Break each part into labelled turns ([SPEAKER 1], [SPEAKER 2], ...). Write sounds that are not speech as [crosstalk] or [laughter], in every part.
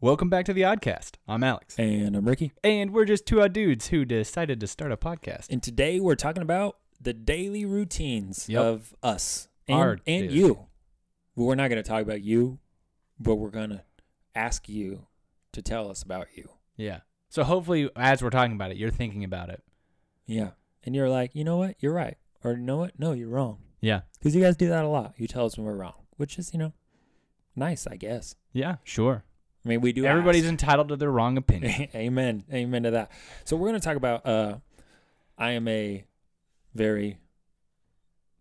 [SPEAKER 1] Welcome back to the Oddcast. I'm Alex.
[SPEAKER 2] And I'm Ricky.
[SPEAKER 1] And we're just two odd dudes who decided to start a podcast.
[SPEAKER 2] And today we're talking about the daily routines
[SPEAKER 1] Yep.
[SPEAKER 2] of us and,
[SPEAKER 1] Our
[SPEAKER 2] and
[SPEAKER 1] daily
[SPEAKER 2] you. Well, we're not going to talk about you, but we're going to ask you to tell us about you.
[SPEAKER 1] Yeah. So hopefully, as we're talking about it, you're thinking about it.
[SPEAKER 2] Yeah. And you're like, you know what? You're right. Or you know what? No, you're wrong.
[SPEAKER 1] Yeah.
[SPEAKER 2] Because you guys do that a lot. You tell us when we're wrong, which is, you know, nice, I guess.
[SPEAKER 1] Yeah. Sure.
[SPEAKER 2] I mean, we do.
[SPEAKER 1] Everybody's
[SPEAKER 2] ask.
[SPEAKER 1] entitled to their wrong [laughs] opinion.
[SPEAKER 2] [laughs] Amen. Amen to that. So we're going to talk about. Uh, I am a very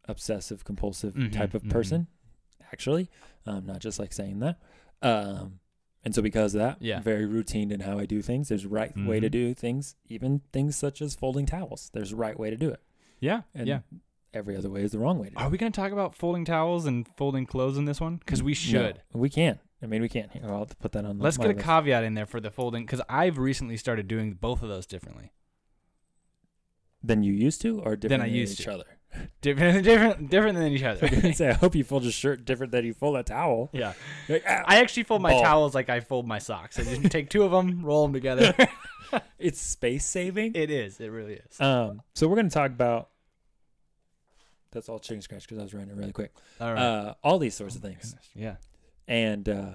[SPEAKER 2] obsessive compulsive
[SPEAKER 1] Mhm,
[SPEAKER 2] type of
[SPEAKER 1] mhm.
[SPEAKER 2] person, actually. Um, not just like saying that. Um, and so because of that,
[SPEAKER 1] Yeah.
[SPEAKER 2] very routine in how I do things. There's right way to
[SPEAKER 1] Mhm.
[SPEAKER 2] do things, even things such as folding towels. There's a right way to do it.
[SPEAKER 1] yeah.
[SPEAKER 2] And
[SPEAKER 1] yeah.
[SPEAKER 2] every other way is the wrong way to do it.
[SPEAKER 1] Are we going to talk about folding towels and folding clothes in this one? Because we should.
[SPEAKER 2] No, we can. I mean, we can. Here, I'll put that on.
[SPEAKER 1] Let's
[SPEAKER 2] my
[SPEAKER 1] get a
[SPEAKER 2] list.
[SPEAKER 1] caveat in there for the folding because I've recently started doing both of those differently.
[SPEAKER 2] Than you used to, or different
[SPEAKER 1] I
[SPEAKER 2] than
[SPEAKER 1] used
[SPEAKER 2] each
[SPEAKER 1] to.
[SPEAKER 2] other.
[SPEAKER 1] Different, [laughs] different, different than each
[SPEAKER 2] [laughs] I was
[SPEAKER 1] other. [laughs]
[SPEAKER 2] gonna say, I hope you fold your shirt different than you fold a towel.
[SPEAKER 1] yeah.
[SPEAKER 2] Like, ah,
[SPEAKER 1] I actually fold my
[SPEAKER 2] Ball.
[SPEAKER 1] towels like I fold my socks. I just take two of them, roll them [laughs] together.
[SPEAKER 2] it's space saving.
[SPEAKER 1] it is. It really is.
[SPEAKER 2] Um, so we're gonna talk about. That's all chicken scratch because I was running really quick.
[SPEAKER 1] All right.
[SPEAKER 2] Uh, all these sorts of things,
[SPEAKER 1] Goodness. Yeah.
[SPEAKER 2] and uh,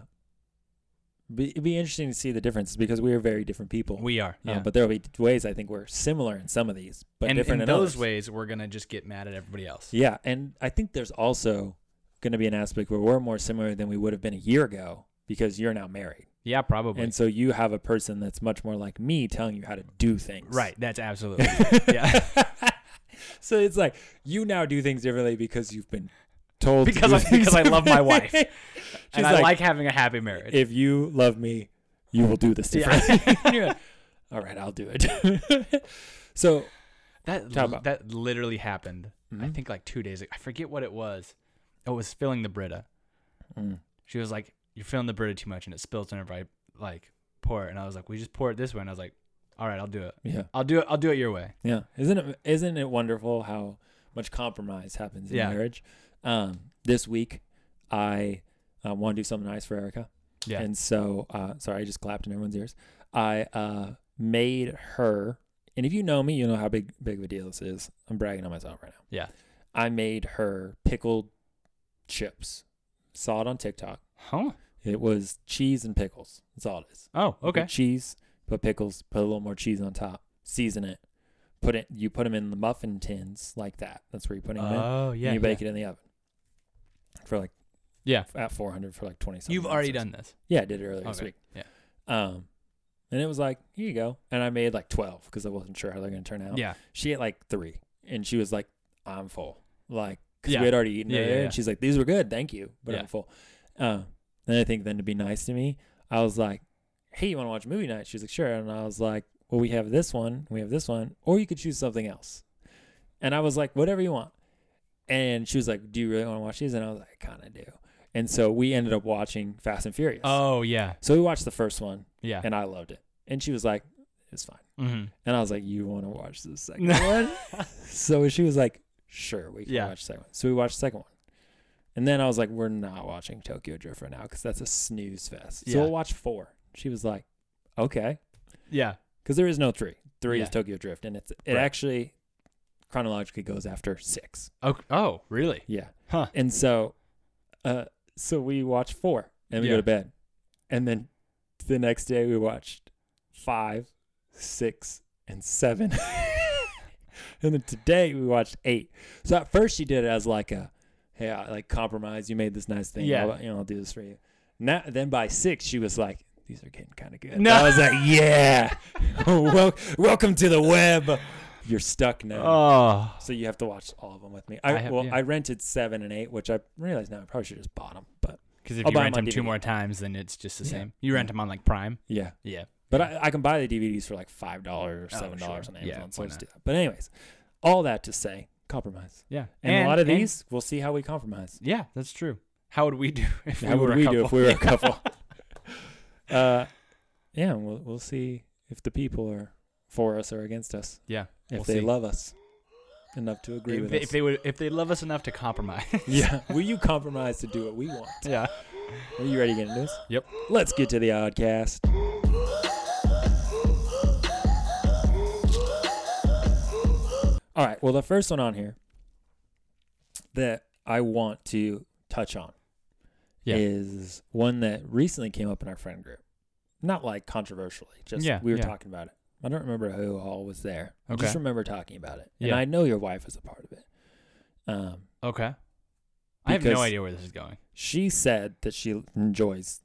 [SPEAKER 2] be, it'd be interesting to see the differences because we are very different people.
[SPEAKER 1] We are. Um,
[SPEAKER 2] Uh, but there will be ways I think we're similar in some of these, but
[SPEAKER 1] and
[SPEAKER 2] different
[SPEAKER 1] in
[SPEAKER 2] in
[SPEAKER 1] those
[SPEAKER 2] others.
[SPEAKER 1] ways, we're gonna just get mad at everybody else.
[SPEAKER 2] Yeah, and I think there's also going to be an aspect where we're more similar than we would have been a year ago because you're now married.
[SPEAKER 1] Yeah, probably.
[SPEAKER 2] And so you have a person that's much more like me telling you how to do things. [laughs]
[SPEAKER 1] right. That's absolutely. yeah.
[SPEAKER 2] so it's like you now do things differently because you've been told to
[SPEAKER 1] Because
[SPEAKER 2] do
[SPEAKER 1] I-
[SPEAKER 2] things
[SPEAKER 1] because I love my wife.
[SPEAKER 2] differently. She's
[SPEAKER 1] and I
[SPEAKER 2] like,
[SPEAKER 1] like having a happy marriage.
[SPEAKER 2] if you love me, you will do this
[SPEAKER 1] Yeah.
[SPEAKER 2] differently.
[SPEAKER 1] [laughs]
[SPEAKER 2] [laughs] You're like, All right, I'll do it. [laughs] so
[SPEAKER 1] that li-
[SPEAKER 2] Talk about-
[SPEAKER 1] that literally happened. I
[SPEAKER 2] Mhm.
[SPEAKER 1] think like two days. ago. I forget what it was. Oh, it was filling the Brita.
[SPEAKER 2] Mm.
[SPEAKER 1] She was like, "You're filling the Brita too much, and it spills whenever I like pour it." And I was like, "We just pour it this way." And I was like, "All right, I'll do it.
[SPEAKER 2] yeah,
[SPEAKER 1] I'll do it. I'll do it your way."
[SPEAKER 2] yeah. Isn't it isn't it wonderful how much compromise happens in
[SPEAKER 1] Yeah.
[SPEAKER 2] marriage? Um, this week, I uh, want to do something nice for Erica.
[SPEAKER 1] Yeah.
[SPEAKER 2] And so, uh, sorry, I just clapped in everyone's ears. I uh, made her, and if you know me, you know how big big of a deal this is. I'm bragging on myself right now.
[SPEAKER 1] Yeah.
[SPEAKER 2] I made her pickled chips. Saw it on TikTok.
[SPEAKER 1] huh?
[SPEAKER 2] It was cheese and pickles. That's all it is.
[SPEAKER 1] Oh,
[SPEAKER 2] You put
[SPEAKER 1] okay.
[SPEAKER 2] cheese, put pickles, put a little more cheese on top. Season it. Put it. You put them in the muffin tins like that. That's where you're putting them in.
[SPEAKER 1] Oh, yeah.
[SPEAKER 2] and you
[SPEAKER 1] yeah.
[SPEAKER 2] bake it in the oven for like
[SPEAKER 1] Yeah.
[SPEAKER 2] at 400 for like 20 something.
[SPEAKER 1] You've
[SPEAKER 2] minutes
[SPEAKER 1] already
[SPEAKER 2] or
[SPEAKER 1] done this.
[SPEAKER 2] yeah, I did it earlier this
[SPEAKER 1] Okay,
[SPEAKER 2] week.
[SPEAKER 1] yeah.
[SPEAKER 2] Um, and it was like, here you go. And I made like 12 because I wasn't sure how they're going to turn out.
[SPEAKER 1] Yeah.
[SPEAKER 2] She ate like three and she was like, I'm full. Like, because
[SPEAKER 1] Yeah.
[SPEAKER 2] we had already eaten
[SPEAKER 1] Yeah,
[SPEAKER 2] earlier.
[SPEAKER 1] yeah, yeah.
[SPEAKER 2] And she's like, these were good. Thank you. But
[SPEAKER 1] Yeah.
[SPEAKER 2] I'm full. Um, and I think then to be nice to me, I was like, hey, you want to watch movie night? She's like, sure. And I was like, well, we have this one, we have this one, or you could choose something else. And I was like, whatever you want. And she was like, do you really want to watch these? And I was like, I kind of do. And so we ended up watching Fast and Furious.
[SPEAKER 1] Oh, yeah.
[SPEAKER 2] So we watched the first one
[SPEAKER 1] Yeah.
[SPEAKER 2] and I loved it. And she was like, it's fine.
[SPEAKER 1] Mm-hmm.
[SPEAKER 2] And I was like, you want to watch the second
[SPEAKER 1] No.
[SPEAKER 2] one? so she was like, sure, we can
[SPEAKER 1] Yeah.
[SPEAKER 2] watch the second one. So we watched the second one. And then I was like, we're not watching Tokyo Drift right now because that's a snooze fest. So
[SPEAKER 1] Yeah.
[SPEAKER 2] we'll watch four. She was like, okay.
[SPEAKER 1] [laughs] Yeah.
[SPEAKER 2] Because there is no three. Three is
[SPEAKER 1] Yeah.
[SPEAKER 2] Tokyo Drift. And it's it
[SPEAKER 1] Right.
[SPEAKER 2] actually chronologically goes after six.
[SPEAKER 1] Oh, oh, really?
[SPEAKER 2] Yeah.
[SPEAKER 1] Huh.
[SPEAKER 2] And so, uh, so we watch four and we
[SPEAKER 1] Yeah.
[SPEAKER 2] go to bed, and then the next day we watched five, six, and seven, [laughs] and then today we watched eight. So at first she did it as like a, hey, I like compromise. You made this nice thing.
[SPEAKER 1] Yeah.
[SPEAKER 2] I'll, you know, I'll do this for you. Now then by six she was like, these are getting kind of good.
[SPEAKER 1] No.
[SPEAKER 2] I was like,
[SPEAKER 1] [laughs]
[SPEAKER 2] yeah, [laughs] Wel- welcome to the web. You're stuck now.
[SPEAKER 1] Oh.
[SPEAKER 2] So you have to watch all of them with me.
[SPEAKER 1] I
[SPEAKER 2] I,
[SPEAKER 1] have-
[SPEAKER 2] well,
[SPEAKER 1] yeah.
[SPEAKER 2] I rented seven and eight, which I realize now I probably should just bought them. But
[SPEAKER 1] Because if
[SPEAKER 2] I'll
[SPEAKER 1] you
[SPEAKER 2] buy
[SPEAKER 1] rent
[SPEAKER 2] them
[SPEAKER 1] them
[SPEAKER 2] on
[SPEAKER 1] two
[SPEAKER 2] DVD.
[SPEAKER 1] more times, then it's just the
[SPEAKER 2] Yeah.
[SPEAKER 1] same. You rent them on like Prime.
[SPEAKER 2] yeah,
[SPEAKER 1] Yeah.
[SPEAKER 2] but I, I can buy the DVDs for like five dollars or
[SPEAKER 1] Oh,
[SPEAKER 2] seven dollars
[SPEAKER 1] sure.
[SPEAKER 2] on
[SPEAKER 1] Yeah,
[SPEAKER 2] Amazon. so
[SPEAKER 1] why
[SPEAKER 2] I'll just do
[SPEAKER 1] not?
[SPEAKER 2] that. But anyways, all that to say, compromise.
[SPEAKER 1] Yeah.
[SPEAKER 2] And, a lot of these, we'll see how we compromise.
[SPEAKER 1] yeah, that's true. How would we do [laughs] if
[SPEAKER 2] How
[SPEAKER 1] we were
[SPEAKER 2] would
[SPEAKER 1] a
[SPEAKER 2] we
[SPEAKER 1] couple?
[SPEAKER 2] do if we were a couple?
[SPEAKER 1] [laughs]
[SPEAKER 2] [laughs] uh, yeah, and we'll we'll see if the people are for us or against us.
[SPEAKER 1] Yeah.
[SPEAKER 2] If
[SPEAKER 1] We'll
[SPEAKER 2] they
[SPEAKER 1] see.
[SPEAKER 2] love us. enough to agree
[SPEAKER 1] If
[SPEAKER 2] with
[SPEAKER 1] they,
[SPEAKER 2] us.
[SPEAKER 1] if they would, if they love us enough to compromise.
[SPEAKER 2] [laughs] yeah. Will you compromise to do what we want?
[SPEAKER 1] [laughs] yeah.
[SPEAKER 2] Are you ready to get into this?
[SPEAKER 1] Yep.
[SPEAKER 2] Let's get to the oddcast. All right. Well, the first one on here that I want to touch on
[SPEAKER 1] Yeah.
[SPEAKER 2] is one that recently came up in our friend group. Not like controversially, just
[SPEAKER 1] Yeah,
[SPEAKER 2] we were
[SPEAKER 1] yeah.
[SPEAKER 2] talking about it. I don't remember who all was there. I
[SPEAKER 1] Okay.
[SPEAKER 2] just remember talking about it. And
[SPEAKER 1] Yeah.
[SPEAKER 2] I know your wife was a part of it. Um,
[SPEAKER 1] Okay. I have no
[SPEAKER 2] Because-
[SPEAKER 1] idea where this is going.
[SPEAKER 2] she said that she enjoys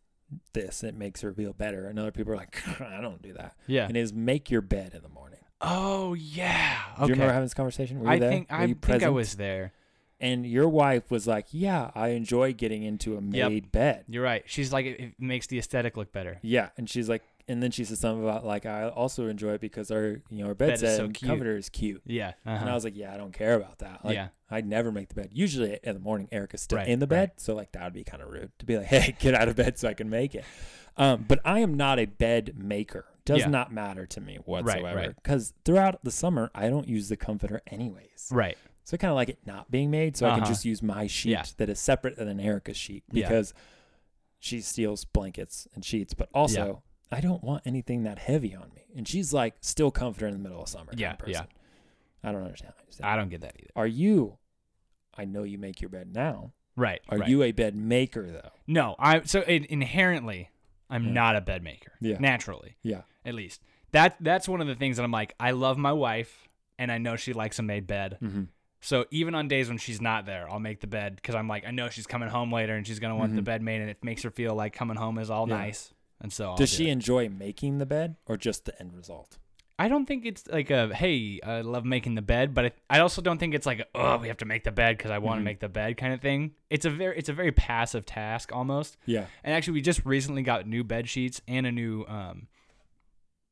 [SPEAKER 2] this. It makes her feel better. And other people are like, [laughs] I don't do that.
[SPEAKER 1] Yeah.
[SPEAKER 2] And it is make your bed in the morning.
[SPEAKER 1] Oh yeah.
[SPEAKER 2] Do
[SPEAKER 1] Okay.
[SPEAKER 2] you remember having this conversation? Were you
[SPEAKER 1] I
[SPEAKER 2] there?
[SPEAKER 1] think
[SPEAKER 2] Were
[SPEAKER 1] I
[SPEAKER 2] you
[SPEAKER 1] think I
[SPEAKER 2] present?
[SPEAKER 1] was there.
[SPEAKER 2] And your wife was like, Yeah, I enjoy getting into a
[SPEAKER 1] Yep.
[SPEAKER 2] made bed.
[SPEAKER 1] You're right. She's like it, it makes the aesthetic look better.
[SPEAKER 2] Yeah. And she's like, and then she said something about like I also enjoy it because our you know our bed,
[SPEAKER 1] Bed is
[SPEAKER 2] set
[SPEAKER 1] so
[SPEAKER 2] and
[SPEAKER 1] cute.
[SPEAKER 2] cover is cute.
[SPEAKER 1] Yeah.
[SPEAKER 2] And I
[SPEAKER 1] Uh-huh.
[SPEAKER 2] was like, yeah, I don't care about that. Like,
[SPEAKER 1] yeah.
[SPEAKER 2] I'd never make the bed. Usually in the morning, Erica's still
[SPEAKER 1] Right,
[SPEAKER 2] in the bed, so like that would be kind of rude to be like, [laughs] "Hey, get out of bed so I can make it." Um, but I am not a bed maker. Does
[SPEAKER 1] Yeah.
[SPEAKER 2] not matter to me whatsoever
[SPEAKER 1] right.
[SPEAKER 2] because throughout the summer, I don't use the comforter anyways.
[SPEAKER 1] Right.
[SPEAKER 2] So I kind of like it not being made, so I can
[SPEAKER 1] Uh-huh.
[SPEAKER 2] just use my sheet
[SPEAKER 1] Yeah.
[SPEAKER 2] that is separate than Erica's sheet
[SPEAKER 1] Yeah.
[SPEAKER 2] because she steals blankets and sheets, but also I don't want anything that heavy on me. And she's like still comforter in the middle of summer. kind
[SPEAKER 1] Yeah,
[SPEAKER 2] of person.
[SPEAKER 1] yeah.
[SPEAKER 2] I don't understand. I just-
[SPEAKER 1] I don't get that either.
[SPEAKER 2] are you? I know you make your bed now.
[SPEAKER 1] Right.
[SPEAKER 2] Are
[SPEAKER 1] right.
[SPEAKER 2] you a bed maker though?
[SPEAKER 1] No, I so in inherently I'm
[SPEAKER 2] Yeah.
[SPEAKER 1] not a bed maker.
[SPEAKER 2] Yeah.
[SPEAKER 1] Naturally.
[SPEAKER 2] Yeah.
[SPEAKER 1] At least. That that's one of the things that I'm like, I love my wife and I know she likes a made bed.
[SPEAKER 2] Mm-hmm.
[SPEAKER 1] So even on days when she's not there, I'll make the bed cuz I'm like I know she's coming home later and she's going to want the
[SPEAKER 2] Mhm.
[SPEAKER 1] bed made and it makes her feel like coming home is all
[SPEAKER 2] Yeah.
[SPEAKER 1] nice. And so I'll
[SPEAKER 2] Does
[SPEAKER 1] do
[SPEAKER 2] she
[SPEAKER 1] it.
[SPEAKER 2] enjoy making the bed or just the end result?
[SPEAKER 1] I don't think it's like a hey, I love making the bed, but I, I also don't think it's like oh, we have to make the bed cuz I want to
[SPEAKER 2] Mhm.
[SPEAKER 1] make the bed kind of thing. It's a very it's a very passive task almost.
[SPEAKER 2] Yeah.
[SPEAKER 1] And actually, we just recently got new bed sheets and a new um,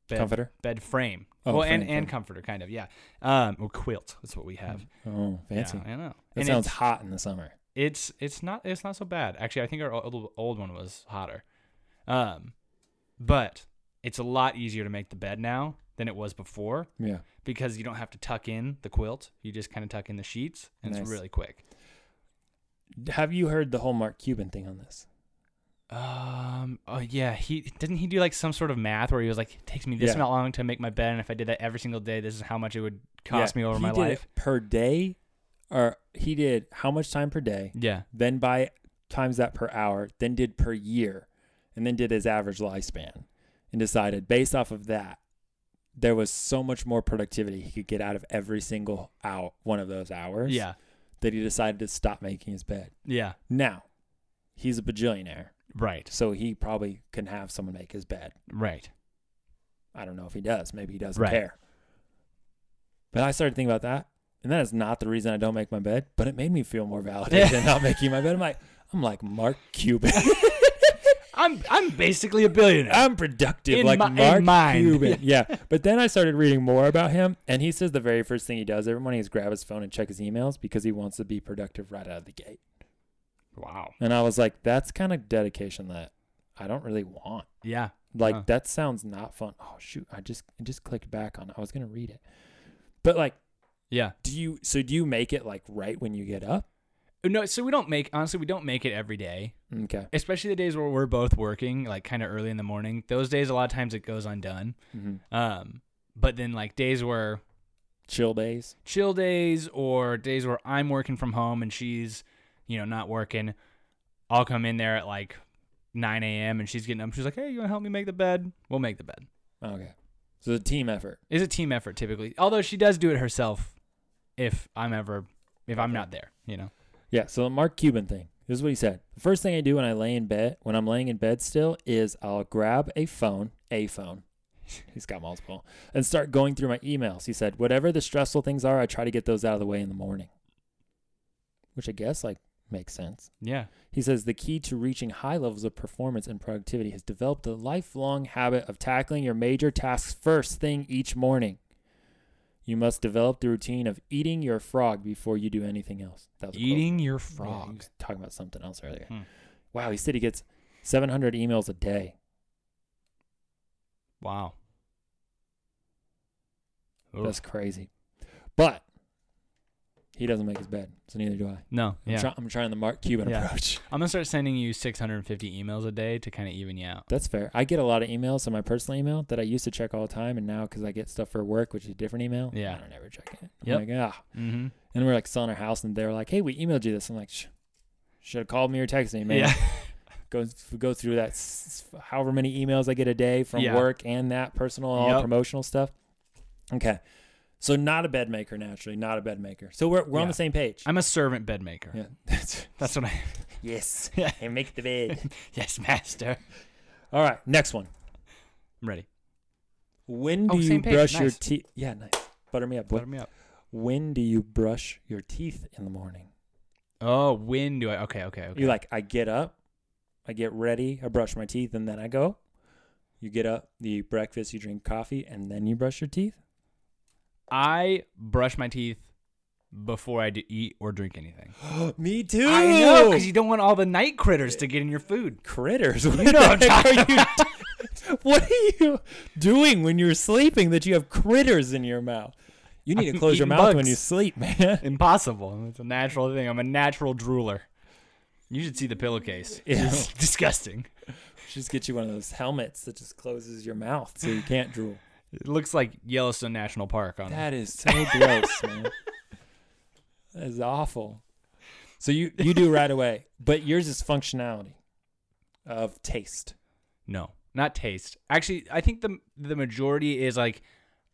[SPEAKER 1] bed
[SPEAKER 2] Comforter.
[SPEAKER 1] bed frame.
[SPEAKER 2] Oh,
[SPEAKER 1] well, and,
[SPEAKER 2] frame,
[SPEAKER 1] and
[SPEAKER 2] frame.
[SPEAKER 1] comforter, kind of, yeah. Um, or quilt. That's what we have.
[SPEAKER 2] Oh, fancy.
[SPEAKER 1] Yeah, I know.
[SPEAKER 2] That
[SPEAKER 1] and
[SPEAKER 2] sounds
[SPEAKER 1] it's,
[SPEAKER 2] hot in the summer.
[SPEAKER 1] it's it's not it's not so bad actually. I think our old, old one was hotter, um, but it's a lot easier to make the bed now than it was before
[SPEAKER 2] Yeah.
[SPEAKER 1] because you don't have to tuck in the quilt. You just kind of tuck in the sheets, and
[SPEAKER 2] Nice.
[SPEAKER 1] it's really quick.
[SPEAKER 2] Have you heard the whole Mark Cuban thing on this?
[SPEAKER 1] Um. Oh yeah. He didn't he do like some sort of math where he was like, it takes me this
[SPEAKER 2] Yeah.
[SPEAKER 1] amount long to make my bed, and if I did that every single day, this is how much it would cost
[SPEAKER 2] Yeah,
[SPEAKER 1] me over
[SPEAKER 2] he
[SPEAKER 1] my
[SPEAKER 2] did it
[SPEAKER 1] life.
[SPEAKER 2] per day, or he did how much time per day?
[SPEAKER 1] Yeah.
[SPEAKER 2] Then by times that per hour, then did per year, and then did his average lifespan, and decided based off of that, there was so much more productivity he could get out of every single hour, one of those hours.
[SPEAKER 1] Yeah.
[SPEAKER 2] that he decided to stop making his bed.
[SPEAKER 1] Yeah.
[SPEAKER 2] Now, he's a bajillionaire,
[SPEAKER 1] Right.
[SPEAKER 2] so he probably can have someone make his bed.
[SPEAKER 1] Right.
[SPEAKER 2] I don't know if he does. Maybe he doesn't
[SPEAKER 1] Right.
[SPEAKER 2] care. But I started thinking about that, and that is not the reason I don't make my bed. But it made me feel more
[SPEAKER 1] [laughs]
[SPEAKER 2] validated than not making my bed. I'm like, I'm like Mark Cuban.
[SPEAKER 1] I'm I'm basically a billionaire.
[SPEAKER 2] I'm productive
[SPEAKER 1] In
[SPEAKER 2] like
[SPEAKER 1] my- in
[SPEAKER 2] Mark
[SPEAKER 1] mind. [laughs]
[SPEAKER 2] Cuban. Yeah. But then I started reading more about him, and he says the very first thing he does every morning is grab his phone and check his emails because he wants to be productive right out of the gate.
[SPEAKER 1] wow.
[SPEAKER 2] And I was like, that's kind of dedication that I don't really want.
[SPEAKER 1] Yeah.
[SPEAKER 2] Like
[SPEAKER 1] Huh.
[SPEAKER 2] that sounds not fun. Oh shoot, I just I just clicked back on. it. I was gonna read it, but like,
[SPEAKER 1] Yeah.
[SPEAKER 2] do you? So do you make it like right when you get up?
[SPEAKER 1] No. So we don't make honestly we don't make it every day,
[SPEAKER 2] Okay.
[SPEAKER 1] especially the days where we're both working, like kind of early in the morning. Those days, a lot of times it goes undone.
[SPEAKER 2] hmm
[SPEAKER 1] Um. But then like days where
[SPEAKER 2] Chill days.
[SPEAKER 1] chill days or days where I'm working from home and she's, you know, not working, I'll come in there at like 9 a.m. and she's getting up. She's like, hey, you want to help me make the bed? We'll make the bed.
[SPEAKER 2] Okay. So the team effort.
[SPEAKER 1] It's a team effort typically, although she does do it herself if I'm ever, if I'm not there, you know?
[SPEAKER 2] Yeah. So the Mark Cuban thing. This is what he said. The first thing I do when I lay in bed, when I'm laying in bed still, is I'll grab a phone, a phone. [laughs] He's got multiple, and start going through my emails. He said, whatever the stressful things are, I try to get those out of the way in the morning, which I guess like makes sense.
[SPEAKER 1] Yeah.
[SPEAKER 2] He says the key to reaching high levels of performance and productivity has developed a lifelong habit of tackling your major tasks first thing each morning. You must develop the routine of eating your frog before you do anything else. That was a quote.
[SPEAKER 1] Eating your
[SPEAKER 2] Yeah, he
[SPEAKER 1] frog.
[SPEAKER 2] was talking about something else earlier.
[SPEAKER 1] Hmm.
[SPEAKER 2] Wow, he said he gets 700 emails a day.
[SPEAKER 1] Wow. Oof.
[SPEAKER 2] That's crazy. But He doesn't make his bed, so neither do I.
[SPEAKER 1] No,
[SPEAKER 2] I'm,
[SPEAKER 1] yeah.
[SPEAKER 2] try- I'm trying the Mark Cuban
[SPEAKER 1] Yeah.
[SPEAKER 2] approach.
[SPEAKER 1] I'm gonna start sending you 650 emails a day to kind of even you out.
[SPEAKER 2] That's fair. I get a lot of emails on my personal email that I used to check all the time, and now because I get stuff for work, which is a different email,
[SPEAKER 1] Yeah.
[SPEAKER 2] I don't ever check it.
[SPEAKER 1] Yep.
[SPEAKER 2] I'm like, ah.
[SPEAKER 1] Mm-hmm.
[SPEAKER 2] And we're like selling our house, and they're like, hey, we emailed you this. I'm like, Shh, should have called me or texted me, man. [laughs]
[SPEAKER 1] Yeah.
[SPEAKER 2] Go go through that s- s- however many emails I get a day from
[SPEAKER 1] Yeah.
[SPEAKER 2] work and that personal all
[SPEAKER 1] Yep.
[SPEAKER 2] promotional stuff. Okay, so not a bed maker naturally, not a bed maker. So we're we're on
[SPEAKER 1] Yeah.
[SPEAKER 2] the same page.
[SPEAKER 1] I'm a servant bed maker.
[SPEAKER 2] yeah, [laughs] that's
[SPEAKER 1] That's what I.
[SPEAKER 2] yes.
[SPEAKER 1] [laughs] Yeah.
[SPEAKER 2] And make
[SPEAKER 1] [laughs]
[SPEAKER 2] the bed.
[SPEAKER 1] yes, master.
[SPEAKER 2] all right, next one.
[SPEAKER 1] I'm ready.
[SPEAKER 2] When
[SPEAKER 1] Oh,
[SPEAKER 2] do you
[SPEAKER 1] same page,
[SPEAKER 2] brush your
[SPEAKER 1] nice.
[SPEAKER 2] teeth? Yeah, nice. Butter me up. boy.
[SPEAKER 1] Butter me up.
[SPEAKER 2] When do you brush your teeth in the morning?
[SPEAKER 1] Oh, when do I? Okay, okay, okay.
[SPEAKER 2] You like, I get up, I get ready, I brush my teeth, and then I go. You get up, you eat breakfast, you drink coffee, and then you brush your teeth.
[SPEAKER 1] I brush my teeth before I do eat or drink anything.
[SPEAKER 2] me
[SPEAKER 1] [gasps]
[SPEAKER 2] too.
[SPEAKER 1] I know because you don't want all the night critters to get in your food.
[SPEAKER 2] [laughs] critters. What,
[SPEAKER 1] You know what
[SPEAKER 2] the
[SPEAKER 1] I'm
[SPEAKER 2] [laughs] heck
[SPEAKER 1] talking
[SPEAKER 2] are you
[SPEAKER 1] [laughs]
[SPEAKER 2] do- what are you doing when you're sleeping that you have critters in your mouth? You need
[SPEAKER 1] I'm
[SPEAKER 2] to close your
[SPEAKER 1] eating
[SPEAKER 2] mouth when
[SPEAKER 1] bugs.
[SPEAKER 2] you sleep, man. [laughs]
[SPEAKER 1] Impossible. It's a natural thing. I'm a natural drooler. You should see the [laughs] pillowcase.
[SPEAKER 2] Yeah.
[SPEAKER 1] It's disgusting.
[SPEAKER 2] Just get you one of those helmets that just closes your mouth so you can't drool.
[SPEAKER 1] It looks like Yellowstone National Park on
[SPEAKER 2] That
[SPEAKER 1] [laughs]
[SPEAKER 2] is so gross, man. That is awful. So you you do right away, but yours is functionality of taste.
[SPEAKER 1] No, not taste. Actually, I think the the majority is like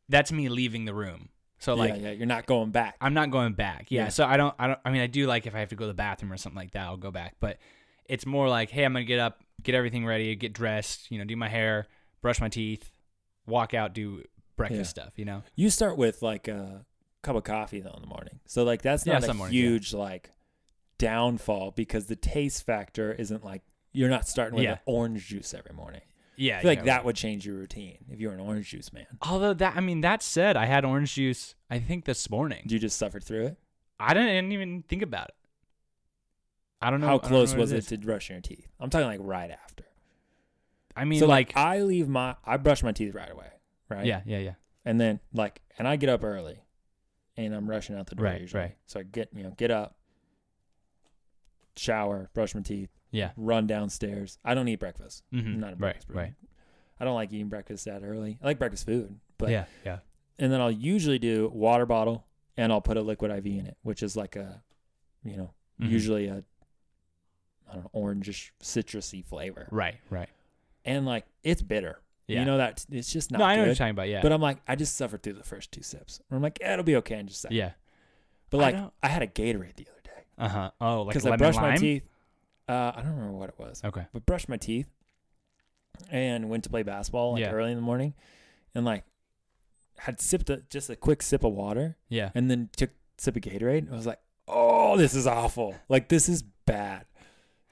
[SPEAKER 1] that's me leaving the room. So like
[SPEAKER 2] yeah, yeah, you're not going back.
[SPEAKER 1] I'm not going back. Yeah,
[SPEAKER 2] Yeah.
[SPEAKER 1] So I don't I don't I mean I do like if I have to go to the bathroom or something like that, I'll go back. But it's more like, hey, I'm gonna get up, get everything ready, get dressed, you know, do my hair, brush my teeth, walk out, do breakfast stuff, you know?
[SPEAKER 2] You start with like a cup of coffee though in the morning. So like that's
[SPEAKER 1] Yeah,
[SPEAKER 2] not a
[SPEAKER 1] some mornings, yeah.
[SPEAKER 2] huge like downfall because the taste factor isn't like you're not starting with
[SPEAKER 1] Yeah.
[SPEAKER 2] an orange juice every morning.
[SPEAKER 1] Yeah.
[SPEAKER 2] I feel like
[SPEAKER 1] yeah.
[SPEAKER 2] that would change your routine if you're an orange juice man.
[SPEAKER 1] Although that I mean that said, I had orange juice I think this morning.
[SPEAKER 2] You just suffered through it.
[SPEAKER 1] I didn't, even think about it. I don't know I
[SPEAKER 2] How
[SPEAKER 1] don't know
[SPEAKER 2] close
[SPEAKER 1] what
[SPEAKER 2] was
[SPEAKER 1] is.
[SPEAKER 2] it, to brushing your teeth? I'm talking like right after.
[SPEAKER 1] I mean
[SPEAKER 2] so
[SPEAKER 1] like,
[SPEAKER 2] like, I leave my I brush my teeth right away, right?
[SPEAKER 1] Yeah, yeah, yeah.
[SPEAKER 2] And then like and I get up early and I'm rushing out the door
[SPEAKER 1] Right,
[SPEAKER 2] usually.
[SPEAKER 1] right.
[SPEAKER 2] So I get you know, get up, shower, brush my teeth,
[SPEAKER 1] Yeah.
[SPEAKER 2] run downstairs. I don't eat breakfast.
[SPEAKER 1] Mm-hmm.
[SPEAKER 2] I'm not a
[SPEAKER 1] right,
[SPEAKER 2] breakfast person.
[SPEAKER 1] right.
[SPEAKER 2] I don't like eating breakfast that early. I like breakfast food. But
[SPEAKER 1] yeah, yeah.
[SPEAKER 2] and then I'll usually do water bottle and I'll put a liquid IV in it, which is like a you know,
[SPEAKER 1] Mhm.
[SPEAKER 2] usually a I don't know, orangish citrusy flavor.
[SPEAKER 1] Right, right.
[SPEAKER 2] And like it's bitter.
[SPEAKER 1] Yeah.
[SPEAKER 2] You know that it's just not
[SPEAKER 1] no, I know what
[SPEAKER 2] good.
[SPEAKER 1] you're talking about. Yeah.
[SPEAKER 2] But I'm like, I just suffered through the first two sips. Or I'm like, eh, it'll be okay in just a second.
[SPEAKER 1] yeah.
[SPEAKER 2] But
[SPEAKER 1] I
[SPEAKER 2] like, I,
[SPEAKER 1] don't-
[SPEAKER 2] had a Gatorade the other day
[SPEAKER 1] Uh huh. Oh, like
[SPEAKER 2] because
[SPEAKER 1] lemon
[SPEAKER 2] I brushed
[SPEAKER 1] lime?
[SPEAKER 2] my teeth. Uh, I don't remember what it was,
[SPEAKER 1] Okay.
[SPEAKER 2] but brushed my teeth and went to play basketball like
[SPEAKER 1] Yeah.
[SPEAKER 2] early in the morning, and like had sipped a, just a quick sip of water
[SPEAKER 1] Yeah.
[SPEAKER 2] and then took a sip of Gatorade. And I was like, oh, this is awful. Like this is bad.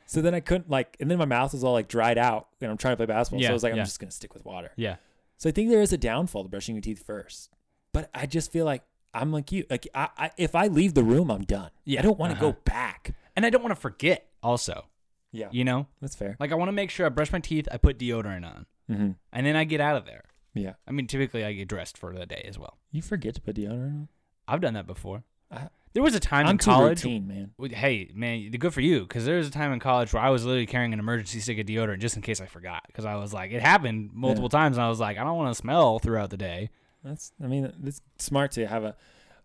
[SPEAKER 2] So then I couldn't like, and then my mouth was all like dried out, and I'm trying to play basketball.
[SPEAKER 1] Yeah,
[SPEAKER 2] so I was like,
[SPEAKER 1] yeah.
[SPEAKER 2] I'm just gonna stick with water.
[SPEAKER 1] Yeah.
[SPEAKER 2] So I think there is a downfall to brushing your teeth first. But I just feel like I'm like you. Like I, I if I leave the room, I'm done.
[SPEAKER 1] Yeah,
[SPEAKER 2] I don't want to
[SPEAKER 1] uh-huh.
[SPEAKER 2] go back.
[SPEAKER 1] And I don't want to forget also,
[SPEAKER 2] Yeah.
[SPEAKER 1] you know?
[SPEAKER 2] That's fair.
[SPEAKER 1] Like I want to make sure I brush my teeth, I put deodorant on,
[SPEAKER 2] Mm-hmm.
[SPEAKER 1] and then I get out of there.
[SPEAKER 2] Yeah.
[SPEAKER 1] I mean, typically I get dressed for the day as well.
[SPEAKER 2] You forget to put deodorant on.
[SPEAKER 1] I've done that before.
[SPEAKER 2] I-
[SPEAKER 1] There was a time
[SPEAKER 2] I'm
[SPEAKER 1] in
[SPEAKER 2] too
[SPEAKER 1] college.
[SPEAKER 2] routine, man.
[SPEAKER 1] Wait, Hey, man, good for you. Because there was a time in college where I was literally carrying an emergency stick of deodorant just in case I forgot. Because I was like, it happened multiple times, and I was like, I don't want to smell throughout the day.
[SPEAKER 2] That's I mean, it's smart to have a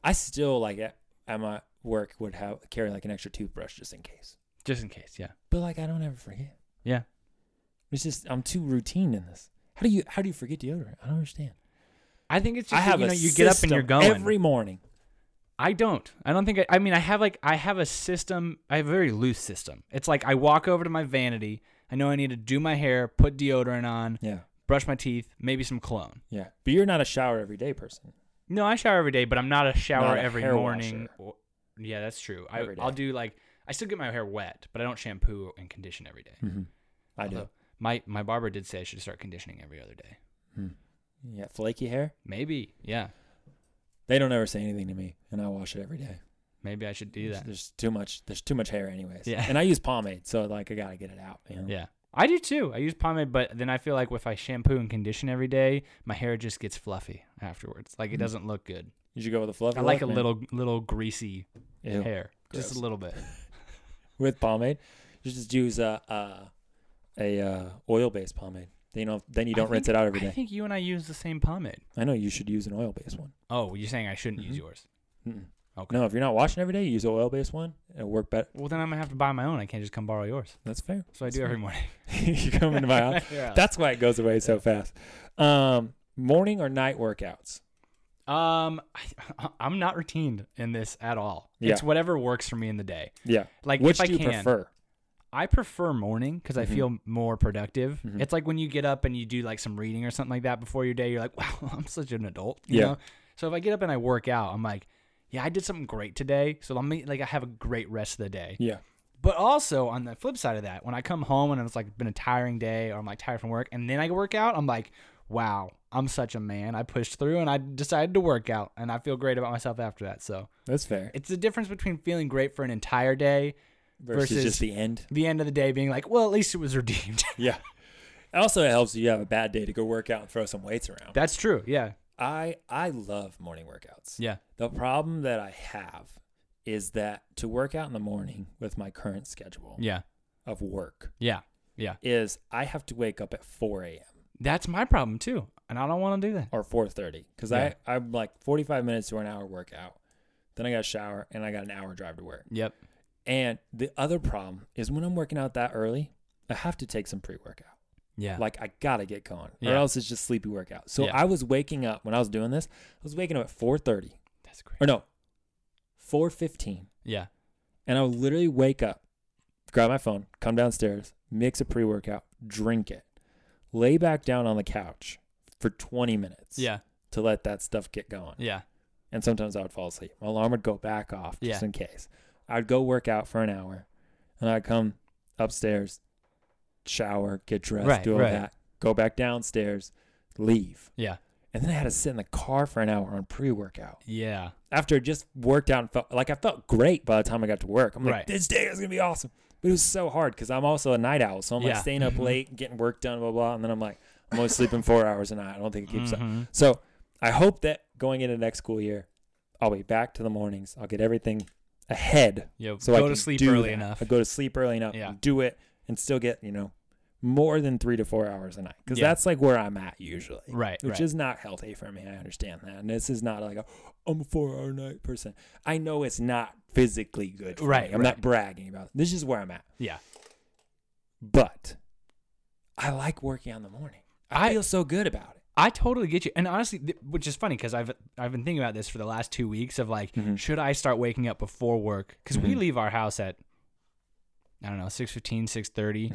[SPEAKER 2] I still like at, at my work would have carry like an extra toothbrush just in case.
[SPEAKER 1] Just in case, yeah.
[SPEAKER 2] But like I don't ever forget.
[SPEAKER 1] Yeah.
[SPEAKER 2] It's just I'm too routine in this. How do you how do you forget deodorant? I don't understand.
[SPEAKER 1] I think it's just
[SPEAKER 2] I
[SPEAKER 1] that,
[SPEAKER 2] have
[SPEAKER 1] you
[SPEAKER 2] a
[SPEAKER 1] know you get up and
[SPEAKER 2] system
[SPEAKER 1] you're going
[SPEAKER 2] every morning.
[SPEAKER 1] I don't. I don't think. I, I mean, I have like I have a system. I have a very loose system. It's like I walk over to my vanity. I know I need to do my hair, put deodorant on,
[SPEAKER 2] Yeah.
[SPEAKER 1] brush my teeth, maybe some cologne.
[SPEAKER 2] Yeah. But you're not a shower every day person.
[SPEAKER 1] No, I shower every day, but I'm not a shower
[SPEAKER 2] Not a
[SPEAKER 1] every
[SPEAKER 2] hair
[SPEAKER 1] morning.
[SPEAKER 2] washer.
[SPEAKER 1] Or- yeah, that's true. I,
[SPEAKER 2] Every day.
[SPEAKER 1] I'll do like I still get my hair wet, but I don't shampoo and condition every day.
[SPEAKER 2] I do.
[SPEAKER 1] Although, My my barber did say I should start conditioning every other day.
[SPEAKER 2] You got flaky hair?
[SPEAKER 1] Maybe, yeah,
[SPEAKER 2] They don't ever say anything to me, and I wash it every day.
[SPEAKER 1] maybe I should do
[SPEAKER 2] There's-
[SPEAKER 1] that.
[SPEAKER 2] There's too much. There's too much hair, anyways.
[SPEAKER 1] Yeah.
[SPEAKER 2] And I use pomade, so like I gotta get it out. You know?
[SPEAKER 1] Yeah. I do too. I use pomade, but then I feel like if I shampoo and condition every day, my hair just
[SPEAKER 2] Mm-hmm.
[SPEAKER 1] gets fluffy afterwards. Like it doesn't look good.
[SPEAKER 2] You should go with a fluffy.
[SPEAKER 1] I like
[SPEAKER 2] look,
[SPEAKER 1] a
[SPEAKER 2] man.
[SPEAKER 1] little little greasy
[SPEAKER 2] Ew.
[SPEAKER 1] hair, just
[SPEAKER 2] Gross.
[SPEAKER 1] a little bit.
[SPEAKER 2] with pomade. You just use a uh, a uh, oil based pomade. Then you don't then you
[SPEAKER 1] I
[SPEAKER 2] don't rinse
[SPEAKER 1] think-
[SPEAKER 2] it out every
[SPEAKER 1] I
[SPEAKER 2] day.
[SPEAKER 1] think you and I use the same pomade.
[SPEAKER 2] I know you should use an oil based one.
[SPEAKER 1] Oh, you're saying I shouldn't use
[SPEAKER 2] Mhm.
[SPEAKER 1] yours?
[SPEAKER 2] Mm-mm.
[SPEAKER 1] Okay.
[SPEAKER 2] No, if you're not washing every day, you use an oil based one. It'll work better.
[SPEAKER 1] Well, then I'm gonna have to buy my own. I can't just come borrow yours.
[SPEAKER 2] That's fair.
[SPEAKER 1] So I
[SPEAKER 2] That's Uh,
[SPEAKER 1] do
[SPEAKER 2] [laughs]
[SPEAKER 1] every
[SPEAKER 2] fair.
[SPEAKER 1] morning.
[SPEAKER 2] you come into my
[SPEAKER 1] [laughs]
[SPEAKER 2] house.
[SPEAKER 1] Yeah.
[SPEAKER 2] That's why it goes away so fast. Um, morning or night workouts.
[SPEAKER 1] Um, I, [laughs] I'm not routined in this at all. It's
[SPEAKER 2] Yeah.
[SPEAKER 1] whatever works for me in the day.
[SPEAKER 2] Yeah.
[SPEAKER 1] Like
[SPEAKER 2] Which
[SPEAKER 1] if I
[SPEAKER 2] do you
[SPEAKER 1] can,
[SPEAKER 2] prefer?
[SPEAKER 1] I prefer morning because
[SPEAKER 2] Mhm.
[SPEAKER 1] I feel more productive.
[SPEAKER 2] Mhm.
[SPEAKER 1] It's like when you get up and you do like some reading or something like that before your day. You're like, [laughs] wow, I'm such an adult. You
[SPEAKER 2] Yeah.
[SPEAKER 1] Know? So if I get up and I work out, I'm like, yeah, I did something great today. So let me like I have a great rest of the day.
[SPEAKER 2] Yeah.
[SPEAKER 1] But also on the flip side of that, when I come home and it's like been a tiring day or I'm like tired from work and then I work out, I'm like, wow, I'm such a man. I pushed through and I decided to work out and I feel great about myself after that. So
[SPEAKER 2] That's fair.
[SPEAKER 1] it's the difference between feeling great for an entire day,
[SPEAKER 2] Versus,
[SPEAKER 1] versus-
[SPEAKER 2] just the end.
[SPEAKER 1] the end of the day being like, well, at least it was redeemed. [laughs]
[SPEAKER 2] Yeah. Also, it helps if you have a bad day to go work out and throw some weights around.
[SPEAKER 1] That's true. Yeah.
[SPEAKER 2] I I love morning workouts.
[SPEAKER 1] Yeah.
[SPEAKER 2] The problem that I have is that to work out in the morning with my current schedule
[SPEAKER 1] Yeah.
[SPEAKER 2] of work
[SPEAKER 1] Yeah. Yeah.
[SPEAKER 2] is I have to wake up at 4 a.m.
[SPEAKER 1] That's my problem too. And I don't want to do that.
[SPEAKER 2] or 4:30 because
[SPEAKER 1] Yeah.
[SPEAKER 2] I I'm like 45 minutes to an hour workout. Then I got a shower and I got an hour drive to work.
[SPEAKER 1] Yep.
[SPEAKER 2] And the other problem is when I'm working out that early, I have to take some pre-workout.
[SPEAKER 1] Yeah.
[SPEAKER 2] Like I gotta get going, or
[SPEAKER 1] Yeah.
[SPEAKER 2] else it's just sleepy workout. So
[SPEAKER 1] Yeah.
[SPEAKER 2] I was waking up when I was doing this. I was waking up at 4:30
[SPEAKER 1] That's great.
[SPEAKER 2] or no, 4:15,
[SPEAKER 1] Yeah.
[SPEAKER 2] and I would literally wake up, grab my phone, come downstairs, mix a pre-workout, drink it, lay back down on the couch for 20 minutes,
[SPEAKER 1] Yeah.
[SPEAKER 2] to let that stuff get going.
[SPEAKER 1] Yeah.
[SPEAKER 2] And sometimes I would fall asleep. My alarm would go back off just
[SPEAKER 1] Yeah.
[SPEAKER 2] in case. I'd go work out for an hour and I'd come upstairs, shower, get dressed,
[SPEAKER 1] Right,
[SPEAKER 2] do all
[SPEAKER 1] right.
[SPEAKER 2] that, go back downstairs, leave.
[SPEAKER 1] Yeah.
[SPEAKER 2] And then I had to sit in the car for an hour on pre workout.
[SPEAKER 1] Yeah.
[SPEAKER 2] After I just worked out and felt like I felt great by the time I got to work. I'm like,
[SPEAKER 1] Right.
[SPEAKER 2] this day is going to be awesome. But it was so hard because I'm also a night owl. So I'm like
[SPEAKER 1] Yeah. Mm-hmm.
[SPEAKER 2] staying up late, getting work done, blah, blah. And then I'm like, I'm only sleeping four hours a night. I don't think it keeps up.
[SPEAKER 1] Mhm.
[SPEAKER 2] So I hope that going into next school year, I'll be back to the mornings. I'll get everything ahead.
[SPEAKER 1] Yeah.
[SPEAKER 2] So I
[SPEAKER 1] Go
[SPEAKER 2] can
[SPEAKER 1] to sleep
[SPEAKER 2] do
[SPEAKER 1] early
[SPEAKER 2] that.
[SPEAKER 1] enough.
[SPEAKER 2] I go to sleep early enough
[SPEAKER 1] Yeah.
[SPEAKER 2] and do it and still get, you know, more than three to four hours a night. Because
[SPEAKER 1] Yeah.
[SPEAKER 2] that's like where I'm at usually.
[SPEAKER 1] Right.
[SPEAKER 2] Which
[SPEAKER 1] right.
[SPEAKER 2] is not healthy for me. I understand that. And this is not like a, I'm a four hour night person. I know it's not physically good. For
[SPEAKER 1] Right,
[SPEAKER 2] me. I'm
[SPEAKER 1] right.
[SPEAKER 2] not bragging about it. This is where I'm at.
[SPEAKER 1] yeah.
[SPEAKER 2] But I like working out in the morning. I,
[SPEAKER 1] I-
[SPEAKER 2] feel so good about it.
[SPEAKER 1] I totally get you, and honestly, th- which is funny because I've I've been thinking about this for the last two weeks of like,
[SPEAKER 2] Mhm.
[SPEAKER 1] should I start waking up before work? Because we
[SPEAKER 2] Mhm.
[SPEAKER 1] leave our house at I don't know 6.15, 6.30,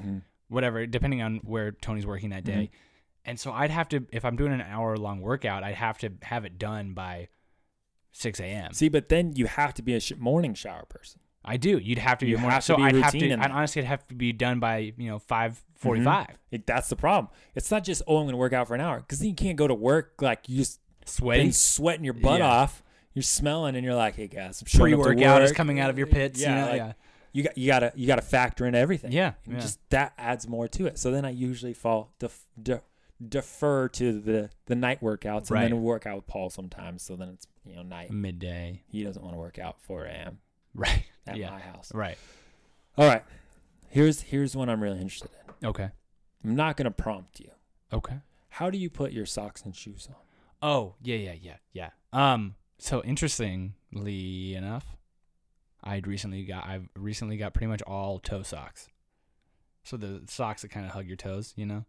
[SPEAKER 1] whatever, depending on where Tony's working that day.
[SPEAKER 2] Mm-hmm.
[SPEAKER 1] And so I'd have to, if I'm doing an hour long workout, I'd have to have it done by six a.m.
[SPEAKER 2] See, but then you have to be a sh- morning shower person.
[SPEAKER 1] I do. You'd have to be
[SPEAKER 2] You
[SPEAKER 1] a morning,
[SPEAKER 2] have to
[SPEAKER 1] so
[SPEAKER 2] be
[SPEAKER 1] I'd have
[SPEAKER 2] routine
[SPEAKER 1] to,
[SPEAKER 2] in
[SPEAKER 1] I'd
[SPEAKER 2] that. Mm-hmm.
[SPEAKER 1] honestly, it'd have to be done by you know five forty-five.
[SPEAKER 2] It, that's the problem. It's not just oh, I'm going to work out for an hour because then you can't go to work like you just
[SPEAKER 1] Sweating,
[SPEAKER 2] been sweating your butt
[SPEAKER 1] Yeah.
[SPEAKER 2] off. You're smelling and you're like, hey guys, I'm showing up to
[SPEAKER 1] pre-workout is
[SPEAKER 2] work."
[SPEAKER 1] coming out of your pits.
[SPEAKER 2] Yeah,
[SPEAKER 1] you know?
[SPEAKER 2] like, you got you got to you got to factor in everything.
[SPEAKER 1] Yeah,
[SPEAKER 2] and
[SPEAKER 1] yeah.
[SPEAKER 2] just that adds more to it. So then I usually fall def, de, defer to the the night workouts and
[SPEAKER 1] Right.
[SPEAKER 2] then work out with Paul sometimes. So then it's you know night.
[SPEAKER 1] yeah. midday,
[SPEAKER 2] He doesn't want to work out 4 a.m.
[SPEAKER 1] [laughs] right?
[SPEAKER 2] at
[SPEAKER 1] yeah,
[SPEAKER 2] my house.
[SPEAKER 1] right.
[SPEAKER 2] All right, here's here's one I'm really interested in.
[SPEAKER 1] Okay.
[SPEAKER 2] I'm not going to prompt you.
[SPEAKER 1] Okay.
[SPEAKER 2] How do you put your socks and shoes on?
[SPEAKER 1] Oh, yeah, yeah, yeah, yeah. Um, so interestingly enough, I'd recently got I've recently got pretty much all toe socks. So the socks that kind of hug your toes, you know?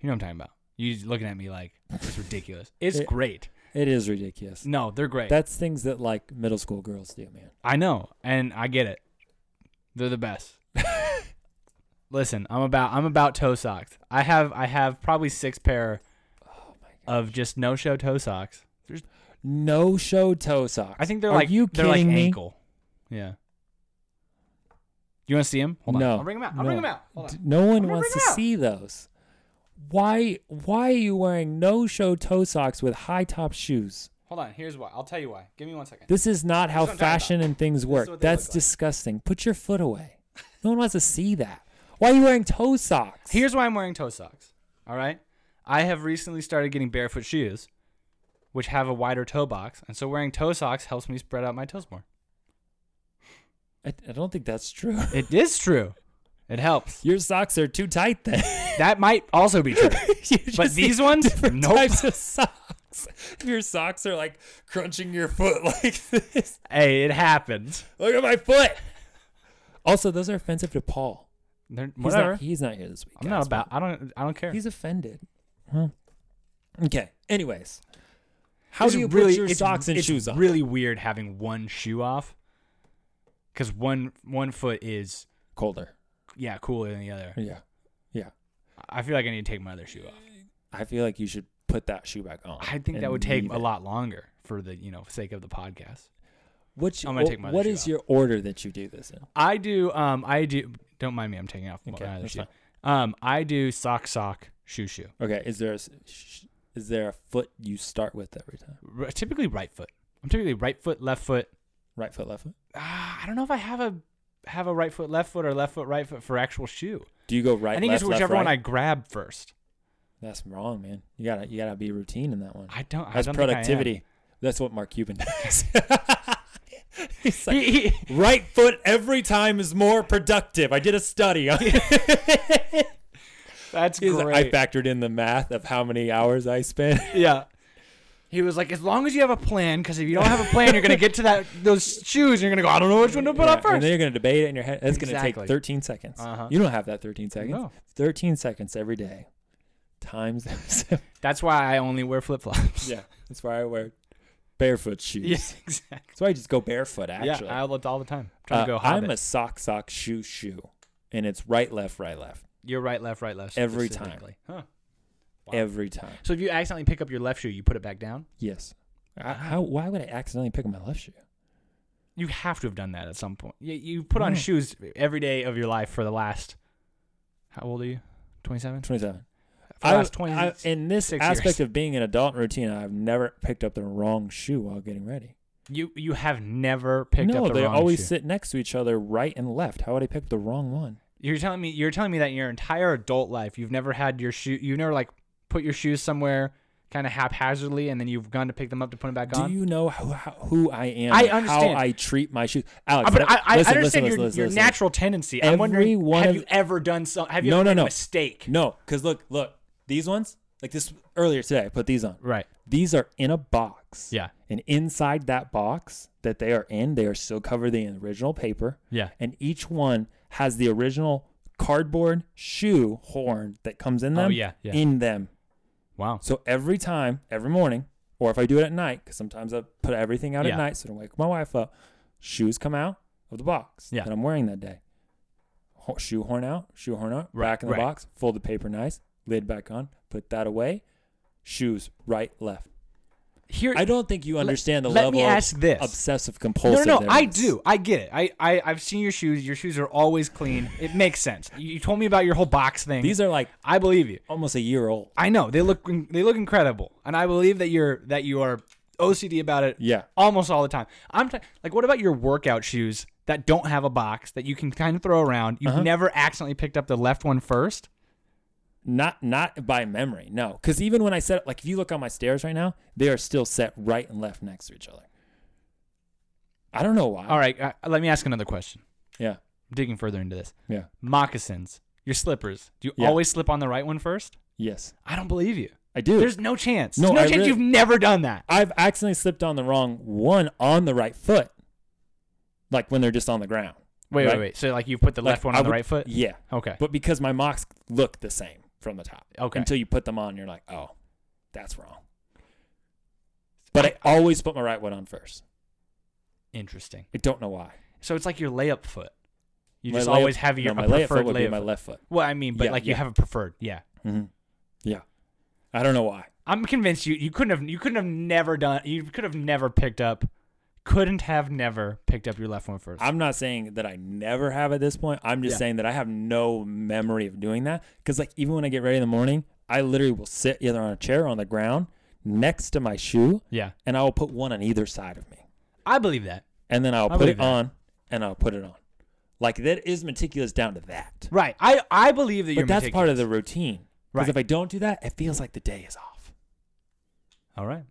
[SPEAKER 1] You know what I'm talking about. You're looking at me like it's ridiculous. It's
[SPEAKER 2] It-
[SPEAKER 1] great.
[SPEAKER 2] It is ridiculous.
[SPEAKER 1] No, they're great.
[SPEAKER 2] That's things that like middle school girls do, man.
[SPEAKER 1] I know, and I get it. They're the best. Listen, I'm about I'm about toe socks. I have I have probably six pair
[SPEAKER 2] Oh my god.
[SPEAKER 1] of just no show toe socks. There's
[SPEAKER 2] No show toe socks.
[SPEAKER 1] I think they're
[SPEAKER 2] Are
[SPEAKER 1] like
[SPEAKER 2] you
[SPEAKER 1] they're like
[SPEAKER 2] kidding me?
[SPEAKER 1] ankle. Yeah. You want to see them? Hold on.
[SPEAKER 2] No.
[SPEAKER 1] I'll bring them out. I'll bring
[SPEAKER 2] No.
[SPEAKER 1] them out. Hold
[SPEAKER 2] D-
[SPEAKER 1] on.
[SPEAKER 2] No one
[SPEAKER 1] gonna
[SPEAKER 2] wants to
[SPEAKER 1] bring it up.
[SPEAKER 2] see those. Why why are you wearing no show toe socks with high top shoes?
[SPEAKER 1] Hold on. Here's why. I'll tell you why. Give me one second.
[SPEAKER 2] This is not
[SPEAKER 1] what
[SPEAKER 2] how
[SPEAKER 1] I'm talking about.
[SPEAKER 2] fashion and things work.
[SPEAKER 1] what they look
[SPEAKER 2] That's
[SPEAKER 1] like.
[SPEAKER 2] disgusting. Put your foot away. No one wants to see that. Why are you wearing toe socks?
[SPEAKER 1] Here's why I'm wearing toe socks. All right. I have recently started getting barefoot shoes, which have a wider toe box, and so wearing toe socks helps me spread out my toes more.
[SPEAKER 2] I, I don't think that's true. [laughs]
[SPEAKER 1] It is true. It helps.
[SPEAKER 2] Your socks are too tight then.
[SPEAKER 1] That might also be
[SPEAKER 2] [laughs]
[SPEAKER 1] true.
[SPEAKER 2] You
[SPEAKER 1] But
[SPEAKER 2] just need
[SPEAKER 1] these ones,
[SPEAKER 2] different
[SPEAKER 1] nope.
[SPEAKER 2] types of socks. [laughs] Your socks are like crunching your foot [laughs] like this.
[SPEAKER 1] Hey, it happens.
[SPEAKER 2] Look at my foot. Also, those are offensive to Paul.
[SPEAKER 1] They're,
[SPEAKER 2] He's
[SPEAKER 1] whatever.
[SPEAKER 2] not, he's not here this week.
[SPEAKER 1] I'm not
[SPEAKER 2] guys.
[SPEAKER 1] about. I don't. I don't care.
[SPEAKER 2] He's offended. Huh. Okay. Anyways, how
[SPEAKER 1] It's
[SPEAKER 2] do you
[SPEAKER 1] really-
[SPEAKER 2] put your
[SPEAKER 1] it's-
[SPEAKER 2] socks and
[SPEAKER 1] it's
[SPEAKER 2] shoes on?
[SPEAKER 1] Really weird having one shoe off, because one one foot is
[SPEAKER 2] Colder.
[SPEAKER 1] yeah cooler than the other.
[SPEAKER 2] Yeah. Yeah.
[SPEAKER 1] I feel like I need to take my other shoe off.
[SPEAKER 2] I feel like you should put that shoe back on.
[SPEAKER 1] I think that
[SPEAKER 2] and
[SPEAKER 1] would take
[SPEAKER 2] leave
[SPEAKER 1] a
[SPEAKER 2] it.
[SPEAKER 1] lot longer for the you know sake of the podcast.
[SPEAKER 2] What's,
[SPEAKER 1] I'm gonna
[SPEAKER 2] what-
[SPEAKER 1] take my other
[SPEAKER 2] what
[SPEAKER 1] shoe
[SPEAKER 2] is
[SPEAKER 1] off.
[SPEAKER 2] your order that you do this in?
[SPEAKER 1] I do. Um, I do. Don't mind me. I'm taking off my
[SPEAKER 2] Okay,
[SPEAKER 1] other
[SPEAKER 2] that's
[SPEAKER 1] shoe. Um, I do sock, sock, shoe, shoe.
[SPEAKER 2] Okay. Is there a, s- sh- is there a foot you start with every time?
[SPEAKER 1] R- typically right foot. I'm typically right foot, left foot.
[SPEAKER 2] Right foot, left foot.
[SPEAKER 1] Ah, I don't know if I have a have a right foot, left foot, or left foot, right foot for actual shoe.
[SPEAKER 2] Do you go right?
[SPEAKER 1] I think
[SPEAKER 2] left,
[SPEAKER 1] it's whichever
[SPEAKER 2] left,
[SPEAKER 1] one I
[SPEAKER 2] right?
[SPEAKER 1] grab first.
[SPEAKER 2] That's wrong, man. You gotta you gotta be routine in that one.
[SPEAKER 1] I don't. I
[SPEAKER 2] That's
[SPEAKER 1] don't
[SPEAKER 2] productivity. That's what Mark Cuban
[SPEAKER 1] [laughs]
[SPEAKER 2] does. [laughs] He's
[SPEAKER 1] Think I
[SPEAKER 2] like,
[SPEAKER 1] am. [laughs] He- he-
[SPEAKER 2] right foot every time is more productive. I did a study.
[SPEAKER 1] [laughs]
[SPEAKER 2] on it."
[SPEAKER 1] that's
[SPEAKER 2] He's
[SPEAKER 1] great.
[SPEAKER 2] like, I factored in the math of how many hours I
[SPEAKER 1] [laughs]
[SPEAKER 2] spent.
[SPEAKER 1] yeah. He was like, as long as you have a plan, because if you don't have a plan, you're gonna get to that those shoes. And you're gonna go. I don't know which one to put
[SPEAKER 2] Yeah,
[SPEAKER 1] on
[SPEAKER 2] And then
[SPEAKER 1] first.
[SPEAKER 2] you're gonna debate it in your head. That's gonna
[SPEAKER 1] Exactly.
[SPEAKER 2] take 13 seconds.
[SPEAKER 1] Uh-huh.
[SPEAKER 2] You don't have that 13 seconds.
[SPEAKER 1] No.
[SPEAKER 2] 13 seconds every day, times. [laughs]
[SPEAKER 1] [laughs]
[SPEAKER 2] seven.
[SPEAKER 1] That's why I only wear flip flops.
[SPEAKER 2] yeah, that's why I wear barefoot shoes.
[SPEAKER 1] [laughs] Yes, exactly.
[SPEAKER 2] That's why I just go barefoot. Actually,
[SPEAKER 1] Yeah, I looked all the time. Trying
[SPEAKER 2] Uh,
[SPEAKER 1] to go
[SPEAKER 2] I'm
[SPEAKER 1] hobbit.
[SPEAKER 2] a sock, sock, shoe, shoe, and it's right, left, right, left
[SPEAKER 1] You're right, left, right, left.
[SPEAKER 2] Every time.
[SPEAKER 1] specifically. Huh. Wow.
[SPEAKER 2] every time.
[SPEAKER 1] So if you accidentally pick up your left shoe, you put it back down.
[SPEAKER 2] Yes. I, how? Why would I accidentally pick up my left shoe?
[SPEAKER 1] You have to have done that at some point. You, you put on
[SPEAKER 2] No.
[SPEAKER 1] shoes every day of your life for the last. How old are you? Twenty-seven. For
[SPEAKER 2] Twenty-seven.
[SPEAKER 1] the
[SPEAKER 2] I-
[SPEAKER 1] last twenty.
[SPEAKER 2] I- in this
[SPEAKER 1] six
[SPEAKER 2] aspect
[SPEAKER 1] years.
[SPEAKER 2] of being an adult in routine, I've never picked up the wrong shoe while getting ready.
[SPEAKER 1] you you have never picked
[SPEAKER 2] no,
[SPEAKER 1] up the
[SPEAKER 2] they
[SPEAKER 1] wrong
[SPEAKER 2] always
[SPEAKER 1] shoe.
[SPEAKER 2] sit next to each other, right and left. How would I pick up the wrong one?
[SPEAKER 1] You're telling me you're telling me that in your entire adult life you've never had your shoe you've never like put your shoes somewhere kind of haphazardly and then you've gone to pick them up to put them back on.
[SPEAKER 2] Do you know who, how, who I am?
[SPEAKER 1] I
[SPEAKER 2] and
[SPEAKER 1] understand.
[SPEAKER 2] how I treat my shoes. Alex,
[SPEAKER 1] Uh, but
[SPEAKER 2] let-
[SPEAKER 1] I, I
[SPEAKER 2] listen,
[SPEAKER 1] understand
[SPEAKER 2] listen,
[SPEAKER 1] your,
[SPEAKER 2] listen,
[SPEAKER 1] your
[SPEAKER 2] listen.
[SPEAKER 1] natural tendency. I'm
[SPEAKER 2] Every
[SPEAKER 1] wondering,
[SPEAKER 2] one
[SPEAKER 1] have
[SPEAKER 2] of-
[SPEAKER 1] you ever done so? Have you
[SPEAKER 2] No,
[SPEAKER 1] ever
[SPEAKER 2] no,
[SPEAKER 1] made
[SPEAKER 2] no.
[SPEAKER 1] a mistake?
[SPEAKER 2] No, because look, look, these ones, like this earlier today, I put these on.
[SPEAKER 1] Right.
[SPEAKER 2] These are in a box.
[SPEAKER 1] Yeah.
[SPEAKER 2] And inside that box that they are in, they are still covered in the original paper.
[SPEAKER 1] Yeah.
[SPEAKER 2] And each one has the original cardboard shoe horn that comes in
[SPEAKER 1] Oh,
[SPEAKER 2] them.
[SPEAKER 1] yeah, yeah.
[SPEAKER 2] In them.
[SPEAKER 1] Wow.
[SPEAKER 2] So every time, every morning, or if I do it at night, because sometimes I put everything out
[SPEAKER 1] Yeah.
[SPEAKER 2] at night so I don't wake my wife up, shoes come out of the box
[SPEAKER 1] Yeah.
[SPEAKER 2] that I'm wearing that day. Ho- Shoe horn out, shoe horn out,
[SPEAKER 1] Right,
[SPEAKER 2] back in the
[SPEAKER 1] right.
[SPEAKER 2] box, fold the paper nice, lid back on, put that away, shoes right, left.
[SPEAKER 1] Here,
[SPEAKER 2] I don't think you understand the
[SPEAKER 1] let
[SPEAKER 2] level
[SPEAKER 1] me ask
[SPEAKER 2] of
[SPEAKER 1] this.
[SPEAKER 2] obsessive
[SPEAKER 1] no,
[SPEAKER 2] compulsive.
[SPEAKER 1] no, no.
[SPEAKER 2] there
[SPEAKER 1] I
[SPEAKER 2] is.
[SPEAKER 1] do. I get it. I, I, I've seen your shoes. Your shoes are always clean. It makes sense. You, you told me about your whole box thing.
[SPEAKER 2] These are like
[SPEAKER 1] I believe you.
[SPEAKER 2] almost a year old.
[SPEAKER 1] I know they look, they look incredible, and I believe that you're that you are OCD about it.
[SPEAKER 2] Yeah.
[SPEAKER 1] Almost all the time. I'm t- like, what about your workout shoes that don't have a box that you can kind of throw around?
[SPEAKER 2] Uh-huh.
[SPEAKER 1] You've never accidentally picked up the left one first.
[SPEAKER 2] Not not by memory, no. Because even when I set like if you look on my stairs right now, they are still set right and left next to each other. I don't know why.
[SPEAKER 1] All right, uh, let me ask another question.
[SPEAKER 2] Yeah.
[SPEAKER 1] digging further into this.
[SPEAKER 2] Yeah.
[SPEAKER 1] Moccasins, your slippers. Do you
[SPEAKER 2] Yeah.
[SPEAKER 1] always slip on the right one first?
[SPEAKER 2] Yes.
[SPEAKER 1] I don't believe you.
[SPEAKER 2] I do.
[SPEAKER 1] There's no chance.
[SPEAKER 2] No,
[SPEAKER 1] There's no
[SPEAKER 2] I
[SPEAKER 1] chance
[SPEAKER 2] really-
[SPEAKER 1] you've never done that.
[SPEAKER 2] I've accidentally slipped on the wrong one on the right foot. Like when they're just on the ground.
[SPEAKER 1] Wait,
[SPEAKER 2] Right.
[SPEAKER 1] wait, wait. So like you put the
[SPEAKER 2] Like,
[SPEAKER 1] left one
[SPEAKER 2] I
[SPEAKER 1] on the
[SPEAKER 2] would-
[SPEAKER 1] right foot?
[SPEAKER 2] Yeah.
[SPEAKER 1] Okay.
[SPEAKER 2] But because my mocks look the same from the top.
[SPEAKER 1] Okay.
[SPEAKER 2] Until you put them on, you're like, oh, that's wrong. But I always put my right one on first.
[SPEAKER 1] Interesting.
[SPEAKER 2] I don't know why.
[SPEAKER 1] So it's like your layup foot. You
[SPEAKER 2] My
[SPEAKER 1] just
[SPEAKER 2] layup-
[SPEAKER 1] always have your
[SPEAKER 2] no, my
[SPEAKER 1] a
[SPEAKER 2] layup
[SPEAKER 1] preferred
[SPEAKER 2] foot would
[SPEAKER 1] layup.
[SPEAKER 2] be my
[SPEAKER 1] foot. Mm-hmm.
[SPEAKER 2] left foot.
[SPEAKER 1] Well, I mean, but
[SPEAKER 2] Yeah,
[SPEAKER 1] like you
[SPEAKER 2] yeah.
[SPEAKER 1] have a preferred. Yeah.
[SPEAKER 2] hmm Yeah, I don't know why.
[SPEAKER 1] I'm convinced you you couldn't have you couldn't have never done you could have never picked up couldn't have never picked up your left one first.
[SPEAKER 2] I'm not saying that I never have at this point. I'm just
[SPEAKER 1] Yeah.
[SPEAKER 2] saying that I have no memory of doing that because, like, even when I get ready in the morning, I literally will sit either on a chair or on the ground next to my shoe,
[SPEAKER 1] yeah.
[SPEAKER 2] and I will put one on either side of me,
[SPEAKER 1] I believe that.
[SPEAKER 2] and then I'll
[SPEAKER 1] I
[SPEAKER 2] put
[SPEAKER 1] believe
[SPEAKER 2] it
[SPEAKER 1] that.
[SPEAKER 2] on, and I'll put it on. Like that is meticulous down to that,
[SPEAKER 1] Right. I I believe that
[SPEAKER 2] but
[SPEAKER 1] you're
[SPEAKER 2] that's part
[SPEAKER 1] meticulous.
[SPEAKER 2] of the routine.
[SPEAKER 1] Right.
[SPEAKER 2] Because if I don't do that, it feels like the day is off.
[SPEAKER 1] All right.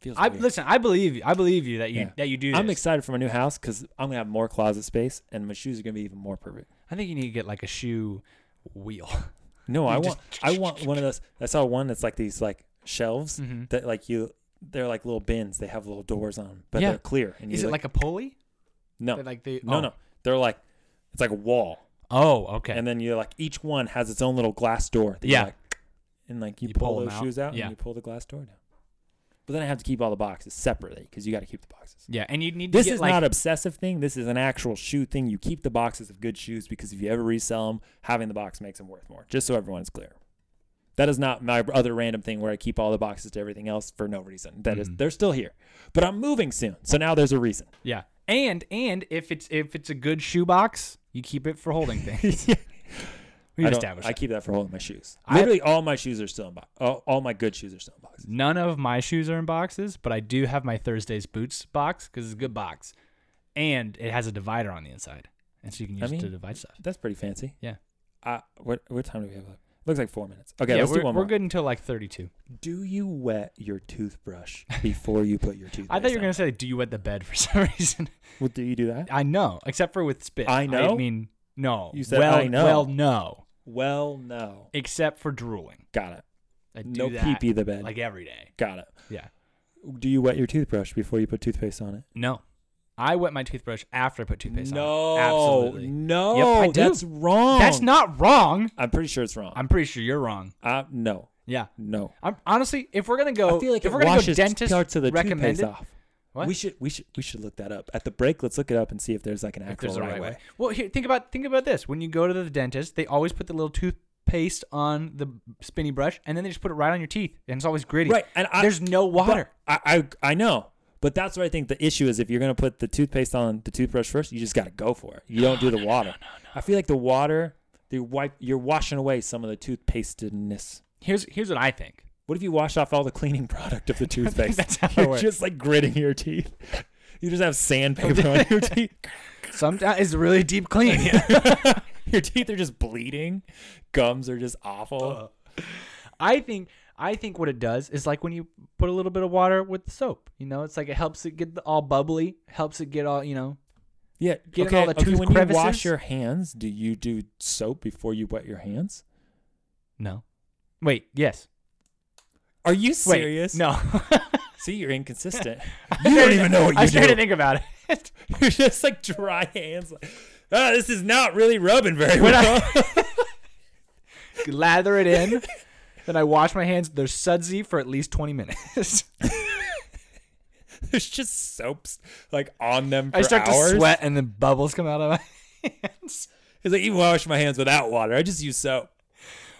[SPEAKER 2] feels
[SPEAKER 1] I
[SPEAKER 2] weird.
[SPEAKER 1] listen. I believe you. I believe you that you
[SPEAKER 2] Yeah.
[SPEAKER 1] that you do. This.
[SPEAKER 2] I'm excited for my new house because I'm gonna have more closet space and my shoes are gonna be even more perfect.
[SPEAKER 1] I think you need to get like a shoe wheel.
[SPEAKER 2] No,
[SPEAKER 1] You
[SPEAKER 2] I want
[SPEAKER 1] just-
[SPEAKER 2] I
[SPEAKER 1] [laughs]
[SPEAKER 2] want one of those. I saw one that's like these like shelves
[SPEAKER 1] hmm
[SPEAKER 2] that like you they're like little bins. They have little doors on, 'em, but
[SPEAKER 1] Yeah.
[SPEAKER 2] they're clear. And
[SPEAKER 1] Is
[SPEAKER 2] you,
[SPEAKER 1] it like a pulley?
[SPEAKER 2] no
[SPEAKER 1] That, Like the
[SPEAKER 2] no
[SPEAKER 1] oh.
[SPEAKER 2] no? They're like it's like a wall,
[SPEAKER 1] Oh, okay.
[SPEAKER 2] and then you like each one has its own little glass door. That you,
[SPEAKER 1] Yeah.
[SPEAKER 2] like, and like you,
[SPEAKER 1] You
[SPEAKER 2] pull,
[SPEAKER 1] pull 'em
[SPEAKER 2] those
[SPEAKER 1] out.
[SPEAKER 2] shoes out
[SPEAKER 1] Yeah.
[SPEAKER 2] and you pull the glass door down. But then I have to keep all the boxes separately because you got to keep the boxes.
[SPEAKER 1] yeah, and you need to
[SPEAKER 2] This
[SPEAKER 1] get
[SPEAKER 2] is
[SPEAKER 1] like
[SPEAKER 2] not obsessive thing. This is an actual shoe thing. You keep the boxes of good shoes because if you ever resell them, having the box makes them worth more. Just so everyone's clear, that is not my other random thing where I keep all the boxes to everything else for no reason. That is-
[SPEAKER 1] Mhm.
[SPEAKER 2] they're still here, but I'm moving soon, so now there's
[SPEAKER 1] [laughs]
[SPEAKER 2] a reason.
[SPEAKER 1] yeah. And and if it's if it's a good shoe box, you keep it for holding
[SPEAKER 2] [laughs]
[SPEAKER 1] things.
[SPEAKER 2] I,
[SPEAKER 1] We've
[SPEAKER 2] don't-
[SPEAKER 1] established.
[SPEAKER 2] I
[SPEAKER 1] that.
[SPEAKER 2] keep that for holding my shoes.
[SPEAKER 1] I-
[SPEAKER 2] Literally, all my shoes are still in box. All, all my good shoes are still in boxes.
[SPEAKER 1] None of my shoes are in boxes, but I do have my Thursday's boots box because it's a good box, and it has a divider on the inside, and so you can
[SPEAKER 2] I
[SPEAKER 1] use it to
[SPEAKER 2] mean,
[SPEAKER 1] divide stuff.
[SPEAKER 2] That's pretty fancy.
[SPEAKER 1] Yeah.
[SPEAKER 2] Uh, what what time do we have left? Looks like four minutes. Okay,
[SPEAKER 1] yeah,
[SPEAKER 2] let's
[SPEAKER 1] we're,
[SPEAKER 2] do one
[SPEAKER 1] we're
[SPEAKER 2] more.
[SPEAKER 1] good until like thirty-two.
[SPEAKER 2] Do you wet your toothbrush before you put your toothbrush?
[SPEAKER 1] I thought you were
[SPEAKER 2] on?
[SPEAKER 1] gonna say, "Do you wet the bed?" For [laughs] some reason,
[SPEAKER 2] Well, do you
[SPEAKER 1] [laughs]
[SPEAKER 2] do that?
[SPEAKER 1] I know, except for with spit.
[SPEAKER 2] I know?
[SPEAKER 1] mean, no.
[SPEAKER 2] You said,
[SPEAKER 1] well,
[SPEAKER 2] "I know."
[SPEAKER 1] Well, no,
[SPEAKER 2] Well, no.
[SPEAKER 1] except for drooling.
[SPEAKER 2] Got it.
[SPEAKER 1] I do
[SPEAKER 2] No
[SPEAKER 1] that
[SPEAKER 2] pee pee the bed.
[SPEAKER 1] like every day.
[SPEAKER 2] Got it.
[SPEAKER 1] Yeah.
[SPEAKER 2] Do you wet your toothbrush before you put toothpaste on it?
[SPEAKER 1] No, I wet my toothbrush after I put toothpaste
[SPEAKER 2] no.
[SPEAKER 1] on. it. absolutely.
[SPEAKER 2] No.
[SPEAKER 1] Yep, I do.
[SPEAKER 2] That's wrong.
[SPEAKER 1] That's not wrong.
[SPEAKER 2] I'm pretty sure it's wrong.
[SPEAKER 1] I'm pretty sure you're wrong.
[SPEAKER 2] Uh, no.
[SPEAKER 1] Yeah.
[SPEAKER 2] No.
[SPEAKER 1] I'm honestly, if we're gonna go,
[SPEAKER 2] I feel like
[SPEAKER 1] if
[SPEAKER 2] it
[SPEAKER 1] we're gonna go
[SPEAKER 2] washes
[SPEAKER 1] dentist
[SPEAKER 2] parts of the
[SPEAKER 1] recommended,
[SPEAKER 2] toothpaste off.
[SPEAKER 1] What?
[SPEAKER 2] We should we should we should look that up at the break. Let's look it up and see if there's like an
[SPEAKER 1] if
[SPEAKER 2] actual
[SPEAKER 1] there's a
[SPEAKER 2] right, way.
[SPEAKER 1] Well, here, think about think about this. When you go to the dentist, they always put the little toothpaste on the spinny brush, and then they just put it right on your teeth, and it's always gritty.
[SPEAKER 2] Right, and I-
[SPEAKER 1] there's no
[SPEAKER 2] But
[SPEAKER 1] water.
[SPEAKER 2] I, I I know, but that's what I think the issue is. If you're gonna put the toothpaste on the toothbrush first, you just gotta go for it. You don't do the water. I feel like the water, the wipe, you're washing away some of the toothpastedness.
[SPEAKER 1] Here's here's what I think.
[SPEAKER 2] What if you wash off all the cleaning product [laughs] of the toothpaste?
[SPEAKER 1] that's how it
[SPEAKER 2] you're
[SPEAKER 1] works.
[SPEAKER 2] just like gritting your teeth. You just have sandpaper on [laughs] your teeth.
[SPEAKER 1] Sometimes it's really
[SPEAKER 2] [laughs]
[SPEAKER 1] deep clean.
[SPEAKER 2] your teeth are just bleeding. Gums are just awful.
[SPEAKER 1] [laughs] I think I think what it does is like when you put a little bit of water with the soap. You know, it's like it helps it get the- all bubbly, helps it get all you know.
[SPEAKER 2] yeah.
[SPEAKER 1] Getting
[SPEAKER 2] okay.
[SPEAKER 1] all the
[SPEAKER 2] okay,
[SPEAKER 1] tooth
[SPEAKER 2] when you wash
[SPEAKER 1] crevices.
[SPEAKER 2] your hands, do you do soap before you wet your hands?
[SPEAKER 1] No, wait, yes,
[SPEAKER 2] Are you
[SPEAKER 1] wait,
[SPEAKER 2] serious?
[SPEAKER 1] no. [laughs]
[SPEAKER 2] See, you're inconsistent. [laughs]
[SPEAKER 1] I
[SPEAKER 2] you
[SPEAKER 1] started
[SPEAKER 2] don't
[SPEAKER 1] to-
[SPEAKER 2] even know what you
[SPEAKER 1] I
[SPEAKER 2] do.
[SPEAKER 1] started to think about it.
[SPEAKER 2] [laughs]
[SPEAKER 1] [laughs]
[SPEAKER 2] you're just like dry hands. Like, oh, this is not really rubbing very
[SPEAKER 1] When
[SPEAKER 2] well. [laughs]
[SPEAKER 1] [laughs] Lather it in. Then I wash my hands. They're sudsy for at least 20
[SPEAKER 2] [laughs]
[SPEAKER 1] minutes.
[SPEAKER 2] There's just soaps like on them for
[SPEAKER 1] I start
[SPEAKER 2] hours.
[SPEAKER 1] to sweat and then bubbles come out of my [laughs] hands.
[SPEAKER 2] It's like even wash my hands without water. I just use soap.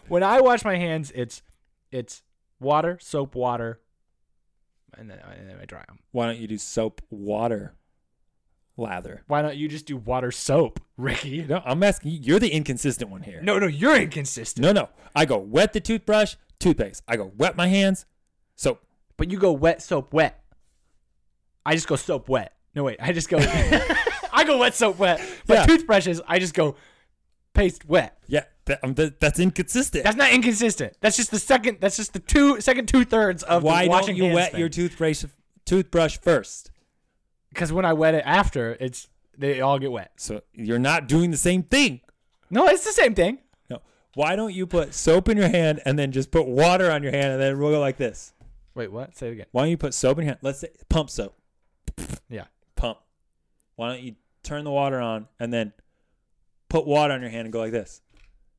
[SPEAKER 1] When I wash my hands, it's it's water, soap, water, and then, and then I dry them.
[SPEAKER 2] Why don't you do soap water lather?
[SPEAKER 1] Why don't you just do water soap, Ricky?
[SPEAKER 2] No, I'm asking you. You're the inconsistent one here.
[SPEAKER 1] No, no, you're inconsistent.
[SPEAKER 2] no, no. I go wet the toothbrush, toothpaste. I go wet my hands, soap.
[SPEAKER 1] But you go wet soap wet. I just go soap wet. No wait, I [laughs] just go I go wet soap wet. But
[SPEAKER 2] Yeah.
[SPEAKER 1] toothbrushes, I just go paste wet.
[SPEAKER 2] Yeah, that, um, that, that's inconsistent.
[SPEAKER 1] That's not inconsistent. That's just the second that's just the two second two thirds of
[SPEAKER 2] Why
[SPEAKER 1] the
[SPEAKER 2] don't
[SPEAKER 1] washing
[SPEAKER 2] you wet your toothbrush toothbrush first?
[SPEAKER 1] Because when I wet it after, it's they all get wet.
[SPEAKER 2] So you're not doing the same thing.
[SPEAKER 1] No, it's the same thing.
[SPEAKER 2] No. Why don't you put soap in your hand and then just put water on your hand and then we'll go like this?
[SPEAKER 1] Wait, what? Say it again.
[SPEAKER 2] Why don't you put soap in your hand? Let's say pump soap.
[SPEAKER 1] Yeah.
[SPEAKER 2] Pump. Why don't you turn the water on and then put water on your hand and go like this?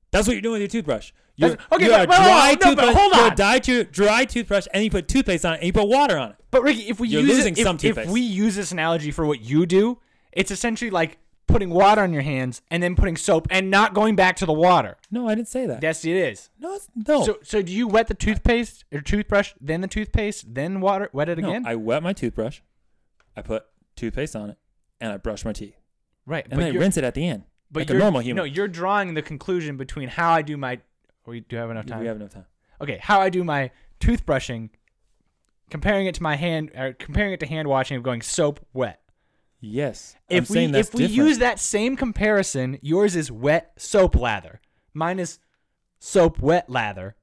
[SPEAKER 2] That's what you're doing with your toothbrush. You're,
[SPEAKER 1] That's- okay,
[SPEAKER 2] you're
[SPEAKER 1] but- but- no, but hold
[SPEAKER 2] you're a
[SPEAKER 1] on.
[SPEAKER 2] dry, to, dry toothbrush and you put toothpaste on it and you put water on it.
[SPEAKER 1] But Ricky, if we
[SPEAKER 2] You're
[SPEAKER 1] use
[SPEAKER 2] losing
[SPEAKER 1] it, if-
[SPEAKER 2] some
[SPEAKER 1] if,
[SPEAKER 2] toothpaste.
[SPEAKER 1] we use this analogy for what you do, it's essentially like putting water on your hands and then putting soap and not going back to the water.
[SPEAKER 2] No, I didn't say that.
[SPEAKER 1] Yes, it is.
[SPEAKER 2] no, it's- no.
[SPEAKER 1] So, so do you wet the toothpaste or toothbrush, then the toothpaste, then water, wet it
[SPEAKER 2] No,
[SPEAKER 1] again?
[SPEAKER 2] I wet my toothbrush. I put toothpaste on it and I brush my teeth.
[SPEAKER 1] right,
[SPEAKER 2] And then I
[SPEAKER 1] you're-
[SPEAKER 2] rinse it at the end.
[SPEAKER 1] but
[SPEAKER 2] like a
[SPEAKER 1] you're-
[SPEAKER 2] normal human.
[SPEAKER 1] No, you're drawing the conclusion between how I do my. We do have enough time.
[SPEAKER 2] We have enough time.
[SPEAKER 1] okay, how I do my toothbrushing, comparing it to my hand, or comparing it to hand washing of going soap wet.
[SPEAKER 2] Yes. I'm
[SPEAKER 1] If
[SPEAKER 2] saying
[SPEAKER 1] we
[SPEAKER 2] that's
[SPEAKER 1] if we
[SPEAKER 2] different.
[SPEAKER 1] use that same comparison, yours is wet soap lather. Mine is soap wet lather.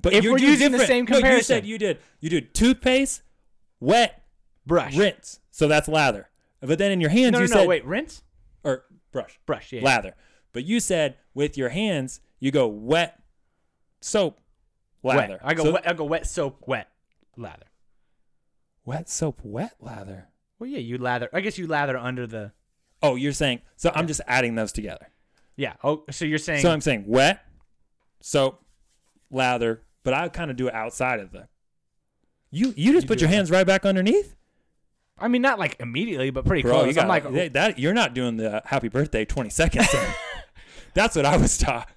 [SPEAKER 2] but
[SPEAKER 1] if
[SPEAKER 2] you're
[SPEAKER 1] we're
[SPEAKER 2] doing
[SPEAKER 1] using the
[SPEAKER 2] different.
[SPEAKER 1] same
[SPEAKER 2] No, you said
[SPEAKER 1] comparison.
[SPEAKER 2] you did. You did toothpaste, wet
[SPEAKER 1] Brush.
[SPEAKER 2] rinse. So that's lather. But then in your hands,
[SPEAKER 1] No, no,
[SPEAKER 2] you
[SPEAKER 1] no.
[SPEAKER 2] said
[SPEAKER 1] wait, rinse?
[SPEAKER 2] or brush,
[SPEAKER 1] Brush, yeah.
[SPEAKER 2] lather. But you said with your hands, you go wet, soap, lather.
[SPEAKER 1] Wet. I go
[SPEAKER 2] So-
[SPEAKER 1] wet, I go wet soap, wet lather.
[SPEAKER 2] wet soap, wet lather.
[SPEAKER 1] Well, yeah, you lather. I guess you lather under the
[SPEAKER 2] Oh, you're saying so? I'm just adding those together.
[SPEAKER 1] Yeah. Oh, so you're saying
[SPEAKER 2] So I'm saying wet, soap, lather. But I kind of do it outside of the. You you just
[SPEAKER 1] You
[SPEAKER 2] put
[SPEAKER 1] do
[SPEAKER 2] your
[SPEAKER 1] it
[SPEAKER 2] hands right back underneath,
[SPEAKER 1] I mean not like immediately, but pretty
[SPEAKER 2] bro.
[SPEAKER 1] close.
[SPEAKER 2] You got
[SPEAKER 1] I'm
[SPEAKER 2] like
[SPEAKER 1] like
[SPEAKER 2] that. You're not doing the happy birthday 20 seconds. [laughs] thing. That's what I was taught.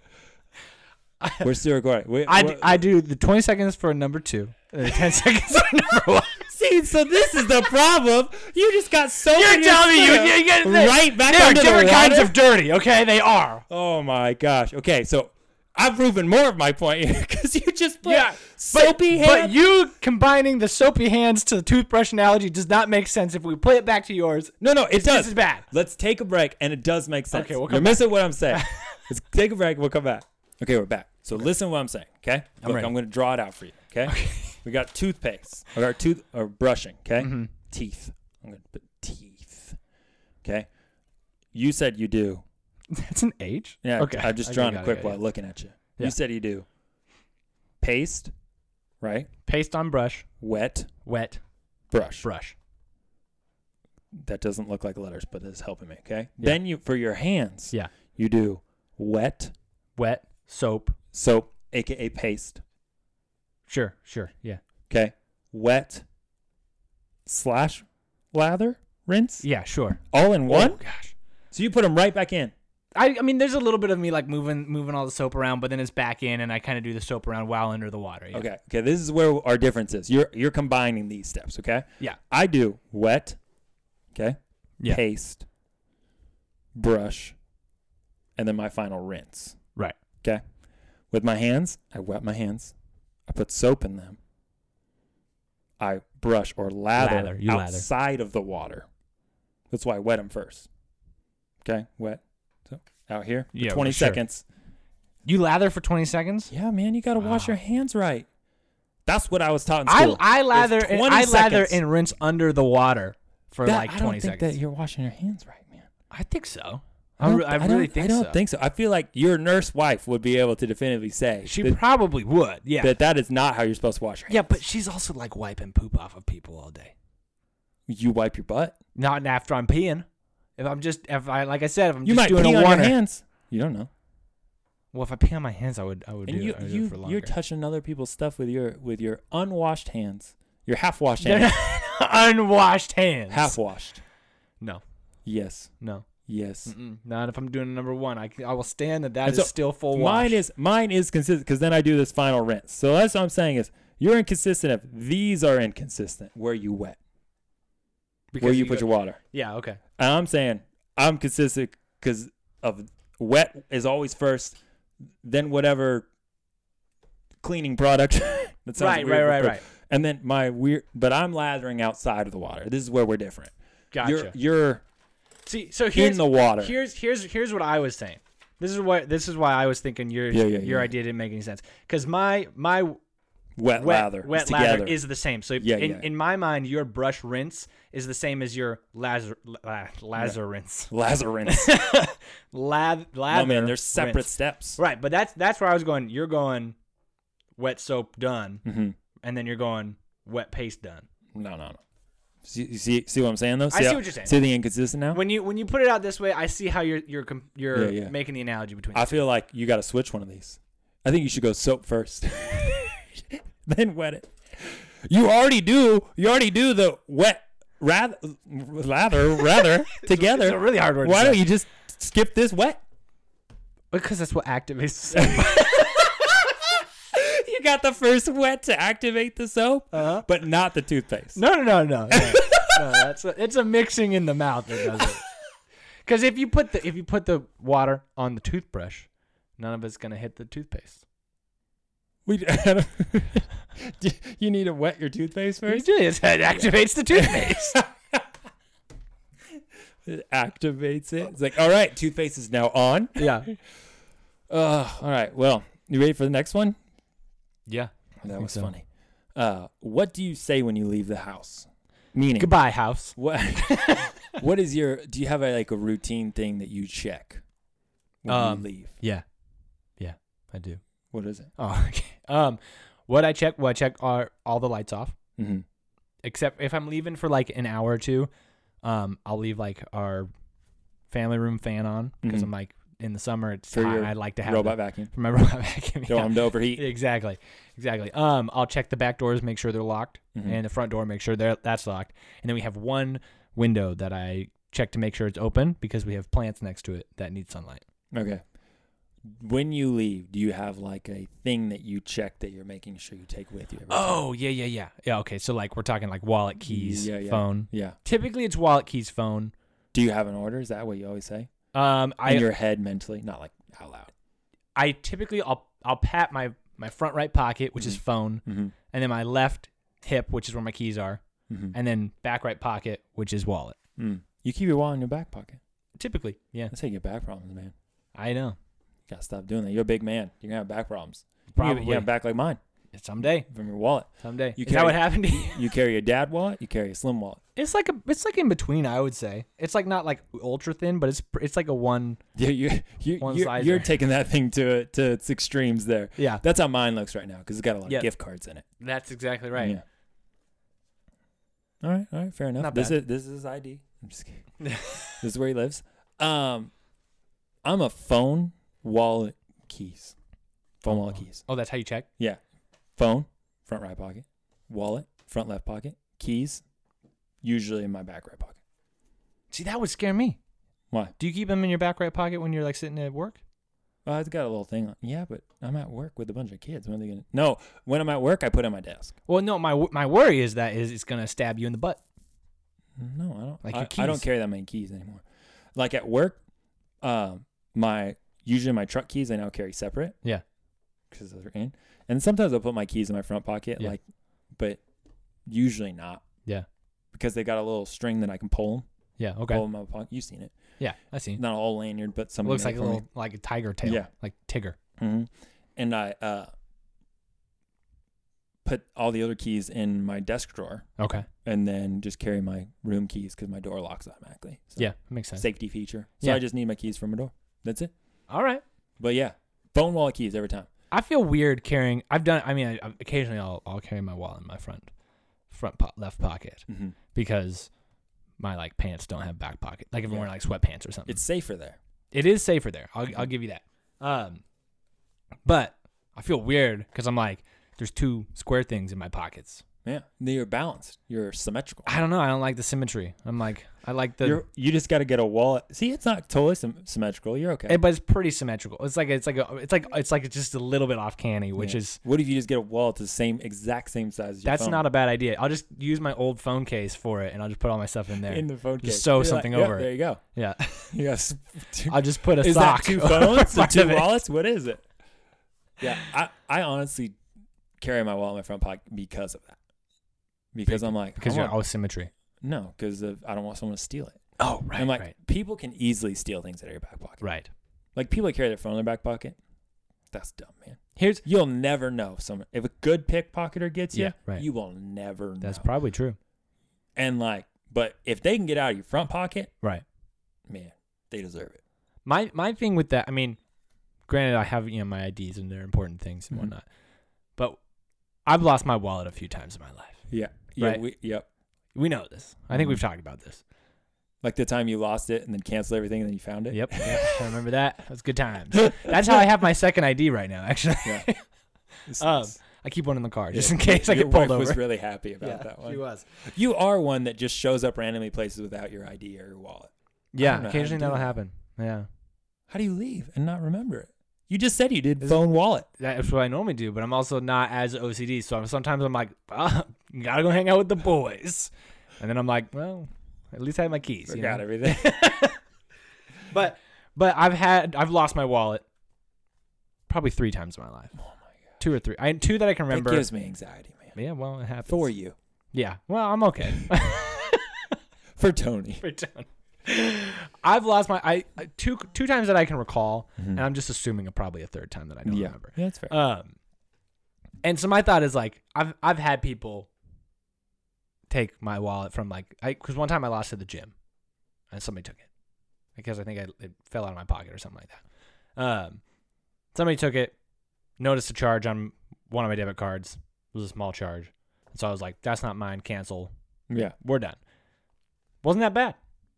[SPEAKER 2] [laughs] We're still recording. We,
[SPEAKER 1] I, d-
[SPEAKER 2] we're-
[SPEAKER 1] I do the 20 seconds for number 2 and the 10 [laughs] seconds for number 1.
[SPEAKER 2] See, so this is the problem. You just got so.
[SPEAKER 1] You're telling me you, you get this.
[SPEAKER 2] right back
[SPEAKER 1] There are
[SPEAKER 2] under the
[SPEAKER 1] different kinds
[SPEAKER 2] water?
[SPEAKER 1] of dirty, okay? They are.
[SPEAKER 2] Oh my gosh. Okay, so I've proven more of my point [laughs] because you just put
[SPEAKER 1] Yeah, but-
[SPEAKER 2] soapy
[SPEAKER 1] But
[SPEAKER 2] hand.
[SPEAKER 1] you combining the soapy hands to the toothbrush analogy does not make sense. If we play it back to yours,
[SPEAKER 2] no, no, it does.
[SPEAKER 1] is bad.
[SPEAKER 2] Let's take a break, and it does make sense.
[SPEAKER 1] Okay, we'll
[SPEAKER 2] You're
[SPEAKER 1] come back.
[SPEAKER 2] missing what
[SPEAKER 1] [laughs]
[SPEAKER 2] I'm saying. Let's take a break. We'll come back. Okay, we're back. So listen to what I'm saying. Okay, I'm
[SPEAKER 1] ready.
[SPEAKER 2] I'm going to draw it out for you. Okay, we got toothpaste. We got tooth or brushing. Okay,
[SPEAKER 1] Mm-hmm.
[SPEAKER 2] teeth. I'm going to put teeth. Okay, you said you do.
[SPEAKER 1] that's an H.
[SPEAKER 2] Yeah.
[SPEAKER 1] Okay.
[SPEAKER 2] I'm just
[SPEAKER 1] I
[SPEAKER 2] drawing
[SPEAKER 1] got it,
[SPEAKER 2] a quick
[SPEAKER 1] got it,
[SPEAKER 2] while looking at you.
[SPEAKER 1] Yeah.
[SPEAKER 2] You said you do. Paste, right?
[SPEAKER 1] Paste on brush,
[SPEAKER 2] Wet
[SPEAKER 1] wet
[SPEAKER 2] brush.
[SPEAKER 1] brush.
[SPEAKER 2] That doesn't look like letters, but it's helping me. Okay. Then you for your hands.
[SPEAKER 1] Yeah.
[SPEAKER 2] You do wet
[SPEAKER 1] Wet soap.
[SPEAKER 2] soap, aka paste.
[SPEAKER 1] Sure, sure. Yeah.
[SPEAKER 2] Okay. Wet slash lather rinse
[SPEAKER 1] Yeah, sure.
[SPEAKER 2] all in one.
[SPEAKER 1] Oh, gosh.
[SPEAKER 2] So you put them right back in.
[SPEAKER 1] I, I mean, there's a little bit of me like moving moving all the soap around, but then it's back in, and I kind of do the soap around while under the water. Yeah.
[SPEAKER 2] Okay. Okay. This is where our difference is. You're you're combining these steps. Okay.
[SPEAKER 1] Yeah.
[SPEAKER 2] I do wet. Okay.
[SPEAKER 1] Yeah.
[SPEAKER 2] paste, brush, and then my final rinse.
[SPEAKER 1] Right.
[SPEAKER 2] Okay. With my hands, I wet my hands. I put soap in them. I brush or lather,
[SPEAKER 1] Lather, you lather.
[SPEAKER 2] outside of the water. That's why I wet them first. Okay, wet. So out here, for
[SPEAKER 1] Yeah,
[SPEAKER 2] 20
[SPEAKER 1] sure.
[SPEAKER 2] seconds.
[SPEAKER 1] You lather for 20 seconds.
[SPEAKER 2] Yeah, man, you got to wash your hands right. That's what I was taught in
[SPEAKER 1] I,
[SPEAKER 2] school.
[SPEAKER 1] I
[SPEAKER 2] It was
[SPEAKER 1] lather and
[SPEAKER 2] 20
[SPEAKER 1] I lather
[SPEAKER 2] seconds.
[SPEAKER 1] and rinse under the water for
[SPEAKER 2] That-
[SPEAKER 1] like
[SPEAKER 2] I
[SPEAKER 1] 20
[SPEAKER 2] don't think
[SPEAKER 1] seconds.
[SPEAKER 2] that you're washing your hands right, man.
[SPEAKER 1] I think so.
[SPEAKER 2] I,
[SPEAKER 1] I,
[SPEAKER 2] don't-
[SPEAKER 1] re- I
[SPEAKER 2] I
[SPEAKER 1] really
[SPEAKER 2] don't-
[SPEAKER 1] think
[SPEAKER 2] I don't
[SPEAKER 1] so.
[SPEAKER 2] think so. I feel like your nurse wife would be able to definitively say
[SPEAKER 1] she
[SPEAKER 2] that,
[SPEAKER 1] probably would. Yeah.
[SPEAKER 2] that that is not how you're supposed to wash your hands.
[SPEAKER 1] yeah, but she's also like wiping poop off of people all day.
[SPEAKER 2] You wipe your butt.
[SPEAKER 1] Not after I'm peeing. If I'm just if I like I said if I'm
[SPEAKER 2] You
[SPEAKER 1] just
[SPEAKER 2] might
[SPEAKER 1] doing
[SPEAKER 2] pee
[SPEAKER 1] a
[SPEAKER 2] on
[SPEAKER 1] water.
[SPEAKER 2] your hands. You don't know.
[SPEAKER 1] Well, if I pee on my hands, I would I would
[SPEAKER 2] And
[SPEAKER 1] do
[SPEAKER 2] you
[SPEAKER 1] it, I would do it for
[SPEAKER 2] you
[SPEAKER 1] longer.
[SPEAKER 2] you're touching other people's stuff with your with your unwashed hands. Your half washed
[SPEAKER 1] They're
[SPEAKER 2] hands. [laughs]
[SPEAKER 1] not [laughs] unwashed hands.
[SPEAKER 2] half washed.
[SPEAKER 1] No,
[SPEAKER 2] Yes.
[SPEAKER 1] no,
[SPEAKER 2] Yes.
[SPEAKER 1] Mm-mm. not if I'm doing number one. I, c- I will stand that that
[SPEAKER 2] And
[SPEAKER 1] is
[SPEAKER 2] so
[SPEAKER 1] still full wash.
[SPEAKER 2] Mine is mine is consistent because then I do this final rinse. So that's what I'm saying is you're inconsistent if these are inconsistent where you wet,
[SPEAKER 1] because
[SPEAKER 2] where you, put
[SPEAKER 1] go-
[SPEAKER 2] your water.
[SPEAKER 1] yeah okay
[SPEAKER 2] And I'm saying I'm consistent because of wet is always first, then whatever cleaning product. [laughs] that sounds
[SPEAKER 1] Right,
[SPEAKER 2] weird,
[SPEAKER 1] right,
[SPEAKER 2] but-
[SPEAKER 1] right, right.
[SPEAKER 2] And then my weird, but I'm lathering outside of the water. This is where we're different.
[SPEAKER 1] gotcha.
[SPEAKER 2] You're you're
[SPEAKER 1] See, so here's
[SPEAKER 2] in the water.
[SPEAKER 1] Here's here's here's what I was saying. This is what this is why I was thinking your
[SPEAKER 2] Yeah, yeah,
[SPEAKER 1] your
[SPEAKER 2] yeah.
[SPEAKER 1] idea didn't make any sense because my my wet
[SPEAKER 2] wet, lather. It's
[SPEAKER 1] wet
[SPEAKER 2] together.
[SPEAKER 1] lather is the same. So
[SPEAKER 2] Yeah,
[SPEAKER 1] in,
[SPEAKER 2] yeah.
[SPEAKER 1] in my mind, your brush rinse is the same as your laser la, laser rinse [laughs]
[SPEAKER 2] Lazarus.
[SPEAKER 1] Lath, lather.
[SPEAKER 2] I mean, they're separate
[SPEAKER 1] rinse.
[SPEAKER 2] steps.
[SPEAKER 1] Right, but that's that's where I was going. You're going wet soap done,
[SPEAKER 2] Mm-hmm.
[SPEAKER 1] and then you're going wet paste done.
[SPEAKER 2] No, no, no. See, you see, see what I'm saying though?
[SPEAKER 1] I see
[SPEAKER 2] how-
[SPEAKER 1] what you're saying.
[SPEAKER 2] See the inconsistent now?
[SPEAKER 1] When you when you put it out this way, I see how you're you're com- you're
[SPEAKER 2] Yeah, yeah.
[SPEAKER 1] making the analogy between.
[SPEAKER 2] I feel like you got to switch one of these. I think you should go soap first, [laughs] then wet it. You already do. You already do the wet rather lather [laughs] rather
[SPEAKER 1] [laughs]
[SPEAKER 2] together.
[SPEAKER 1] it's a really hard word to
[SPEAKER 2] Why don't
[SPEAKER 1] say.
[SPEAKER 2] you just skip this wet?
[SPEAKER 1] because that's what activates.
[SPEAKER 2] [laughs] You got the first wet to activate the soap,
[SPEAKER 1] [laughs] Uh-huh.
[SPEAKER 2] but not the toothpaste.
[SPEAKER 1] No, no, no, no. no. No, that's a, it's a mixing in the mouth that does
[SPEAKER 2] [laughs]
[SPEAKER 1] it. Because if you put the if you put the water on the toothbrush, none of it's gonna hit the toothpaste.
[SPEAKER 2] We, [laughs] I don't- you need to wet your toothpaste
[SPEAKER 1] You
[SPEAKER 2] first.
[SPEAKER 1] do this, It activates the
[SPEAKER 2] [laughs]
[SPEAKER 1] toothpaste.
[SPEAKER 2] It activates it. It's like, all right, toothpaste is now on.
[SPEAKER 1] yeah,
[SPEAKER 2] Uh, all right. Well, you ready for the next one?
[SPEAKER 1] yeah.
[SPEAKER 2] That
[SPEAKER 1] think
[SPEAKER 2] was
[SPEAKER 1] so.
[SPEAKER 2] funny. Uh, what do you say when you leave the house? Meaning,
[SPEAKER 1] Goodbye, house. [laughs]
[SPEAKER 2] [laughs] what what is your? Do you have a, like a routine thing that you check when
[SPEAKER 1] Um,
[SPEAKER 2] you leave?
[SPEAKER 1] Yeah, yeah, I do.
[SPEAKER 2] What is it?
[SPEAKER 1] Oh, [laughs] okay. Um, what I check, what I check are all the lights off,
[SPEAKER 2] Mm-hmm.
[SPEAKER 1] except if I'm leaving for like an hour or two, um, I'll leave like our family room fan on because
[SPEAKER 2] Mhm.
[SPEAKER 1] I'm like in the summer it's
[SPEAKER 2] For
[SPEAKER 1] hot.
[SPEAKER 2] your
[SPEAKER 1] I like to have
[SPEAKER 2] Robot
[SPEAKER 1] the- [laughs]
[SPEAKER 2] vacuum.
[SPEAKER 1] for my robot vacuum.
[SPEAKER 2] Don't
[SPEAKER 1] yeah.
[SPEAKER 2] want 'em to overheat.
[SPEAKER 1] Exactly, exactly. Um, I'll check the back doors, make sure they're locked,
[SPEAKER 2] Mhm.
[SPEAKER 1] and the front door, make sure they're, that's locked. And then we have one window that I check to make sure it's open because we have plants next to it that need sunlight.
[SPEAKER 2] Okay. When you leave, do you have like a thing that you check that you're making sure you take with you? every time?
[SPEAKER 1] Oh yeah, yeah, yeah, yeah. Okay, so like we're talking like wallet, keys,
[SPEAKER 2] Yeah, yeah.
[SPEAKER 1] phone.
[SPEAKER 2] yeah.
[SPEAKER 1] Typically, it's wallet, keys, phone.
[SPEAKER 2] Do you have an order? Is that what you always say
[SPEAKER 1] Um,
[SPEAKER 2] in
[SPEAKER 1] I
[SPEAKER 2] your head mentally, not like out loud?
[SPEAKER 1] I typically I'll I'll pat my my front right pocket, which is
[SPEAKER 2] Mhm.
[SPEAKER 1] phone,
[SPEAKER 2] Mm-hmm.
[SPEAKER 1] and then my left hip, which is where my keys are,
[SPEAKER 2] Mm-hmm.
[SPEAKER 1] and then back right pocket, which is wallet.
[SPEAKER 2] Mm. You keep your wallet in your back pocket.
[SPEAKER 1] Typically, yeah,
[SPEAKER 2] That's how you get back problems, man.
[SPEAKER 1] I know.
[SPEAKER 2] Gotta stop doing that. You're a big man. You're gonna have back problems. Probably.
[SPEAKER 1] Probably
[SPEAKER 2] You have back like mine
[SPEAKER 1] someday,
[SPEAKER 2] from your wallet.
[SPEAKER 1] someday.
[SPEAKER 2] You
[SPEAKER 1] is that what
[SPEAKER 2] carry-
[SPEAKER 1] happened to you? [laughs]
[SPEAKER 2] You carry a dad wallet. You carry a slim wallet.
[SPEAKER 1] It's like a it's like in between. I would say it's like not like ultra thin, but it's pr- it's like a one.
[SPEAKER 2] Yeah, you [laughs] you
[SPEAKER 1] One
[SPEAKER 2] you're,
[SPEAKER 1] sizer.
[SPEAKER 2] you're taking that thing to to its extremes there.
[SPEAKER 1] Yeah,
[SPEAKER 2] That's how mine looks right now because it's got a lot
[SPEAKER 1] Yeah.
[SPEAKER 2] of gift cards in it.
[SPEAKER 1] that's exactly right.
[SPEAKER 2] Yeah. All right, all right, fair enough.
[SPEAKER 1] Not
[SPEAKER 2] this
[SPEAKER 1] bad.
[SPEAKER 2] is this is his ID. I'm just kidding. [laughs] this is where he lives. Um, I'm a phone, wallet, keys, phone, wallet, keys,
[SPEAKER 1] Oh, that's how you check.
[SPEAKER 2] phone, front right pocket, wallet, front left pocket, keys, usually in my back right pocket.
[SPEAKER 1] See, that would scare me.
[SPEAKER 2] Why?
[SPEAKER 1] Do you keep them in your back right pocket when you're like sitting at work?
[SPEAKER 2] Well, it's got a little thing. On. Yeah, but I'm at work with a bunch of kids. When are they gonna? No, when I'm at work, I put it on my desk.
[SPEAKER 1] Well, no. My w- my worry is that is it's gonna stab you in the butt.
[SPEAKER 2] No, I don't.
[SPEAKER 1] Like
[SPEAKER 2] I,
[SPEAKER 1] your
[SPEAKER 2] I don't
[SPEAKER 1] keys.
[SPEAKER 2] carry that many keys anymore. Like at work, um, my usually my truck keys I now carry separate.
[SPEAKER 1] Yeah.
[SPEAKER 2] because they're in. And sometimes I'll put my keys in my front pocket,
[SPEAKER 1] Yeah.
[SPEAKER 2] like, but usually not.
[SPEAKER 1] Yeah.
[SPEAKER 2] because they got a little string that I can pull them.
[SPEAKER 1] Yeah. Okay.
[SPEAKER 2] Pull them out of my pocket. You've seen it.
[SPEAKER 1] yeah, I see.
[SPEAKER 2] Not all lanyard, but some.
[SPEAKER 1] It looks like a
[SPEAKER 2] for me.
[SPEAKER 1] little like a tiger tail.
[SPEAKER 2] Yeah.
[SPEAKER 1] Like Tigger.
[SPEAKER 2] Mhm. And I uh, put all the other keys in my desk drawer,
[SPEAKER 1] Okay.
[SPEAKER 2] and then just carry my room keys because my door locks automatically. So.
[SPEAKER 1] Yeah, that makes sense.
[SPEAKER 2] safety feature. So
[SPEAKER 1] Yeah.
[SPEAKER 2] I just need my keys from my door. That's it.
[SPEAKER 1] All right.
[SPEAKER 2] But yeah, phone wallet keys every time.
[SPEAKER 1] I feel weird carrying. I've done. I mean, I, I- occasionally I'll I'll carry my wallet in my front front po- left pocket
[SPEAKER 2] Mm-hmm.
[SPEAKER 1] because my like pants don't have back pocket. Like if I'm
[SPEAKER 2] Yeah.
[SPEAKER 1] wearing like sweatpants or something,
[SPEAKER 2] It's safer there.
[SPEAKER 1] it is safer there. I'll I'll give you that. Um, but I feel weird because I'm like, there's two square things in my pockets.
[SPEAKER 2] Yeah, you're balanced. You're symmetrical.
[SPEAKER 1] I don't know. I don't like the symmetry. I'm like, I like the.
[SPEAKER 2] You're, you just got to get a wallet. See, it's not totally sym- symmetrical. You're okay.
[SPEAKER 1] eh, but it's pretty symmetrical. It's like it's like a, it's like it's like just a little bit off canny, which
[SPEAKER 2] Yeah.
[SPEAKER 1] is
[SPEAKER 2] What if you just get a wallet the same exact same size? As your
[SPEAKER 1] That's
[SPEAKER 2] phone?
[SPEAKER 1] not a bad idea. I'll just use my old phone case for it, and I'll just put all my stuff in there.
[SPEAKER 2] [laughs] in the phone
[SPEAKER 1] Just
[SPEAKER 2] case.
[SPEAKER 1] sew
[SPEAKER 2] You're like,
[SPEAKER 1] something
[SPEAKER 2] "Yep,
[SPEAKER 1] over it."
[SPEAKER 2] There you go. [laughs]
[SPEAKER 1] yeah, [laughs]
[SPEAKER 2] You got s- two,
[SPEAKER 1] I'll just put a
[SPEAKER 2] [laughs] is
[SPEAKER 1] sock.
[SPEAKER 2] that
[SPEAKER 1] [laughs]
[SPEAKER 2] two
[SPEAKER 1] over
[SPEAKER 2] phones or
[SPEAKER 1] part
[SPEAKER 2] two
[SPEAKER 1] of it.
[SPEAKER 2] wallets? What is it? Yeah, I, I honestly carry my wallet in my front pocket because of that. Because I'm like
[SPEAKER 1] Because
[SPEAKER 2] I
[SPEAKER 1] you're
[SPEAKER 2] want-
[SPEAKER 1] all symmetry.
[SPEAKER 2] no, because I don't want someone to steal it.
[SPEAKER 1] Oh, right,
[SPEAKER 2] I'm like,
[SPEAKER 1] right,
[SPEAKER 2] people can easily steal things out of your back pocket.
[SPEAKER 1] right.
[SPEAKER 2] Like people that carry their phone in their back pocket. That's dumb, man.
[SPEAKER 1] Here's
[SPEAKER 2] You'll never know. If someone if a good pickpocketer gets you,
[SPEAKER 1] Yeah, right.
[SPEAKER 2] you will never know.
[SPEAKER 1] that's probably true.
[SPEAKER 2] and like, but if they can get out of your front pocket,
[SPEAKER 1] Right.
[SPEAKER 2] man, they deserve it.
[SPEAKER 1] My my thing with that, I mean, granted, I have you know my IDs and they're important things and
[SPEAKER 2] Mhm.
[SPEAKER 1] whatnot, but I've lost my wallet a few times in my life.
[SPEAKER 2] Yeah. Yeah.
[SPEAKER 1] Right.
[SPEAKER 2] We, yep.
[SPEAKER 1] We know this. I think
[SPEAKER 2] Mhm.
[SPEAKER 1] we've talked about this.
[SPEAKER 2] Like the time you lost it and then canceled everything and then you found
[SPEAKER 1] [laughs]
[SPEAKER 2] it.
[SPEAKER 1] Yep, yep. I remember that. That was good [laughs] times.
[SPEAKER 2] [laughs]
[SPEAKER 1] That's how I have my second ID right now. Actually, [laughs]
[SPEAKER 2] This
[SPEAKER 1] Um,
[SPEAKER 2] is-
[SPEAKER 1] I keep one in the car just
[SPEAKER 2] yeah,
[SPEAKER 1] in case I
[SPEAKER 2] your
[SPEAKER 1] get pulled
[SPEAKER 2] wife
[SPEAKER 1] over.
[SPEAKER 2] was really happy about that
[SPEAKER 1] she
[SPEAKER 2] one.
[SPEAKER 1] was.
[SPEAKER 2] You are one that just shows up randomly places without your ID or your wallet.
[SPEAKER 1] Yeah,
[SPEAKER 2] don't know how you
[SPEAKER 1] occasionally
[SPEAKER 2] do
[SPEAKER 1] that'll
[SPEAKER 2] that.
[SPEAKER 1] happen. Yeah.
[SPEAKER 2] How do you leave and not remember it? You just said you did
[SPEAKER 1] Is-
[SPEAKER 2] phone wallet.
[SPEAKER 1] that's what I normally do, but I'm also not as OCD. So I'm, sometimes I'm like, [laughs] ah, gotta go hang out with the boys, and then I'm like, well, at least I have my keys. you
[SPEAKER 2] Forgot
[SPEAKER 1] know?
[SPEAKER 2] everything.
[SPEAKER 1] [laughs] But but I've had I've lost my wallet probably three times in my life. Oh my god, two or three. I two that I can remember.
[SPEAKER 2] That gives me anxiety, man.
[SPEAKER 1] yeah, well, it happens.
[SPEAKER 2] For you.
[SPEAKER 1] Yeah, well, I'm okay.
[SPEAKER 2] [laughs]
[SPEAKER 1] [laughs]
[SPEAKER 2] For Tony.
[SPEAKER 1] For Tony. I've lost my I I- two two times that I can recall, and I'm just assuming a, probably a third time that I don't
[SPEAKER 2] Mm. Yeah.
[SPEAKER 1] remember.
[SPEAKER 2] yeah, that's fair.
[SPEAKER 1] Um, and so my thought is like I've I've had people take my wallet from like I because one time I lost it at the gym, and somebody took it because I think I, it fell out of my pocket or something like that. Um, somebody took it, noticed a charge on one of my debit cards. It was a small charge, and so I was like, "That's not mine. Cancel.
[SPEAKER 2] Yeah.
[SPEAKER 1] We're done." Wasn't that bad.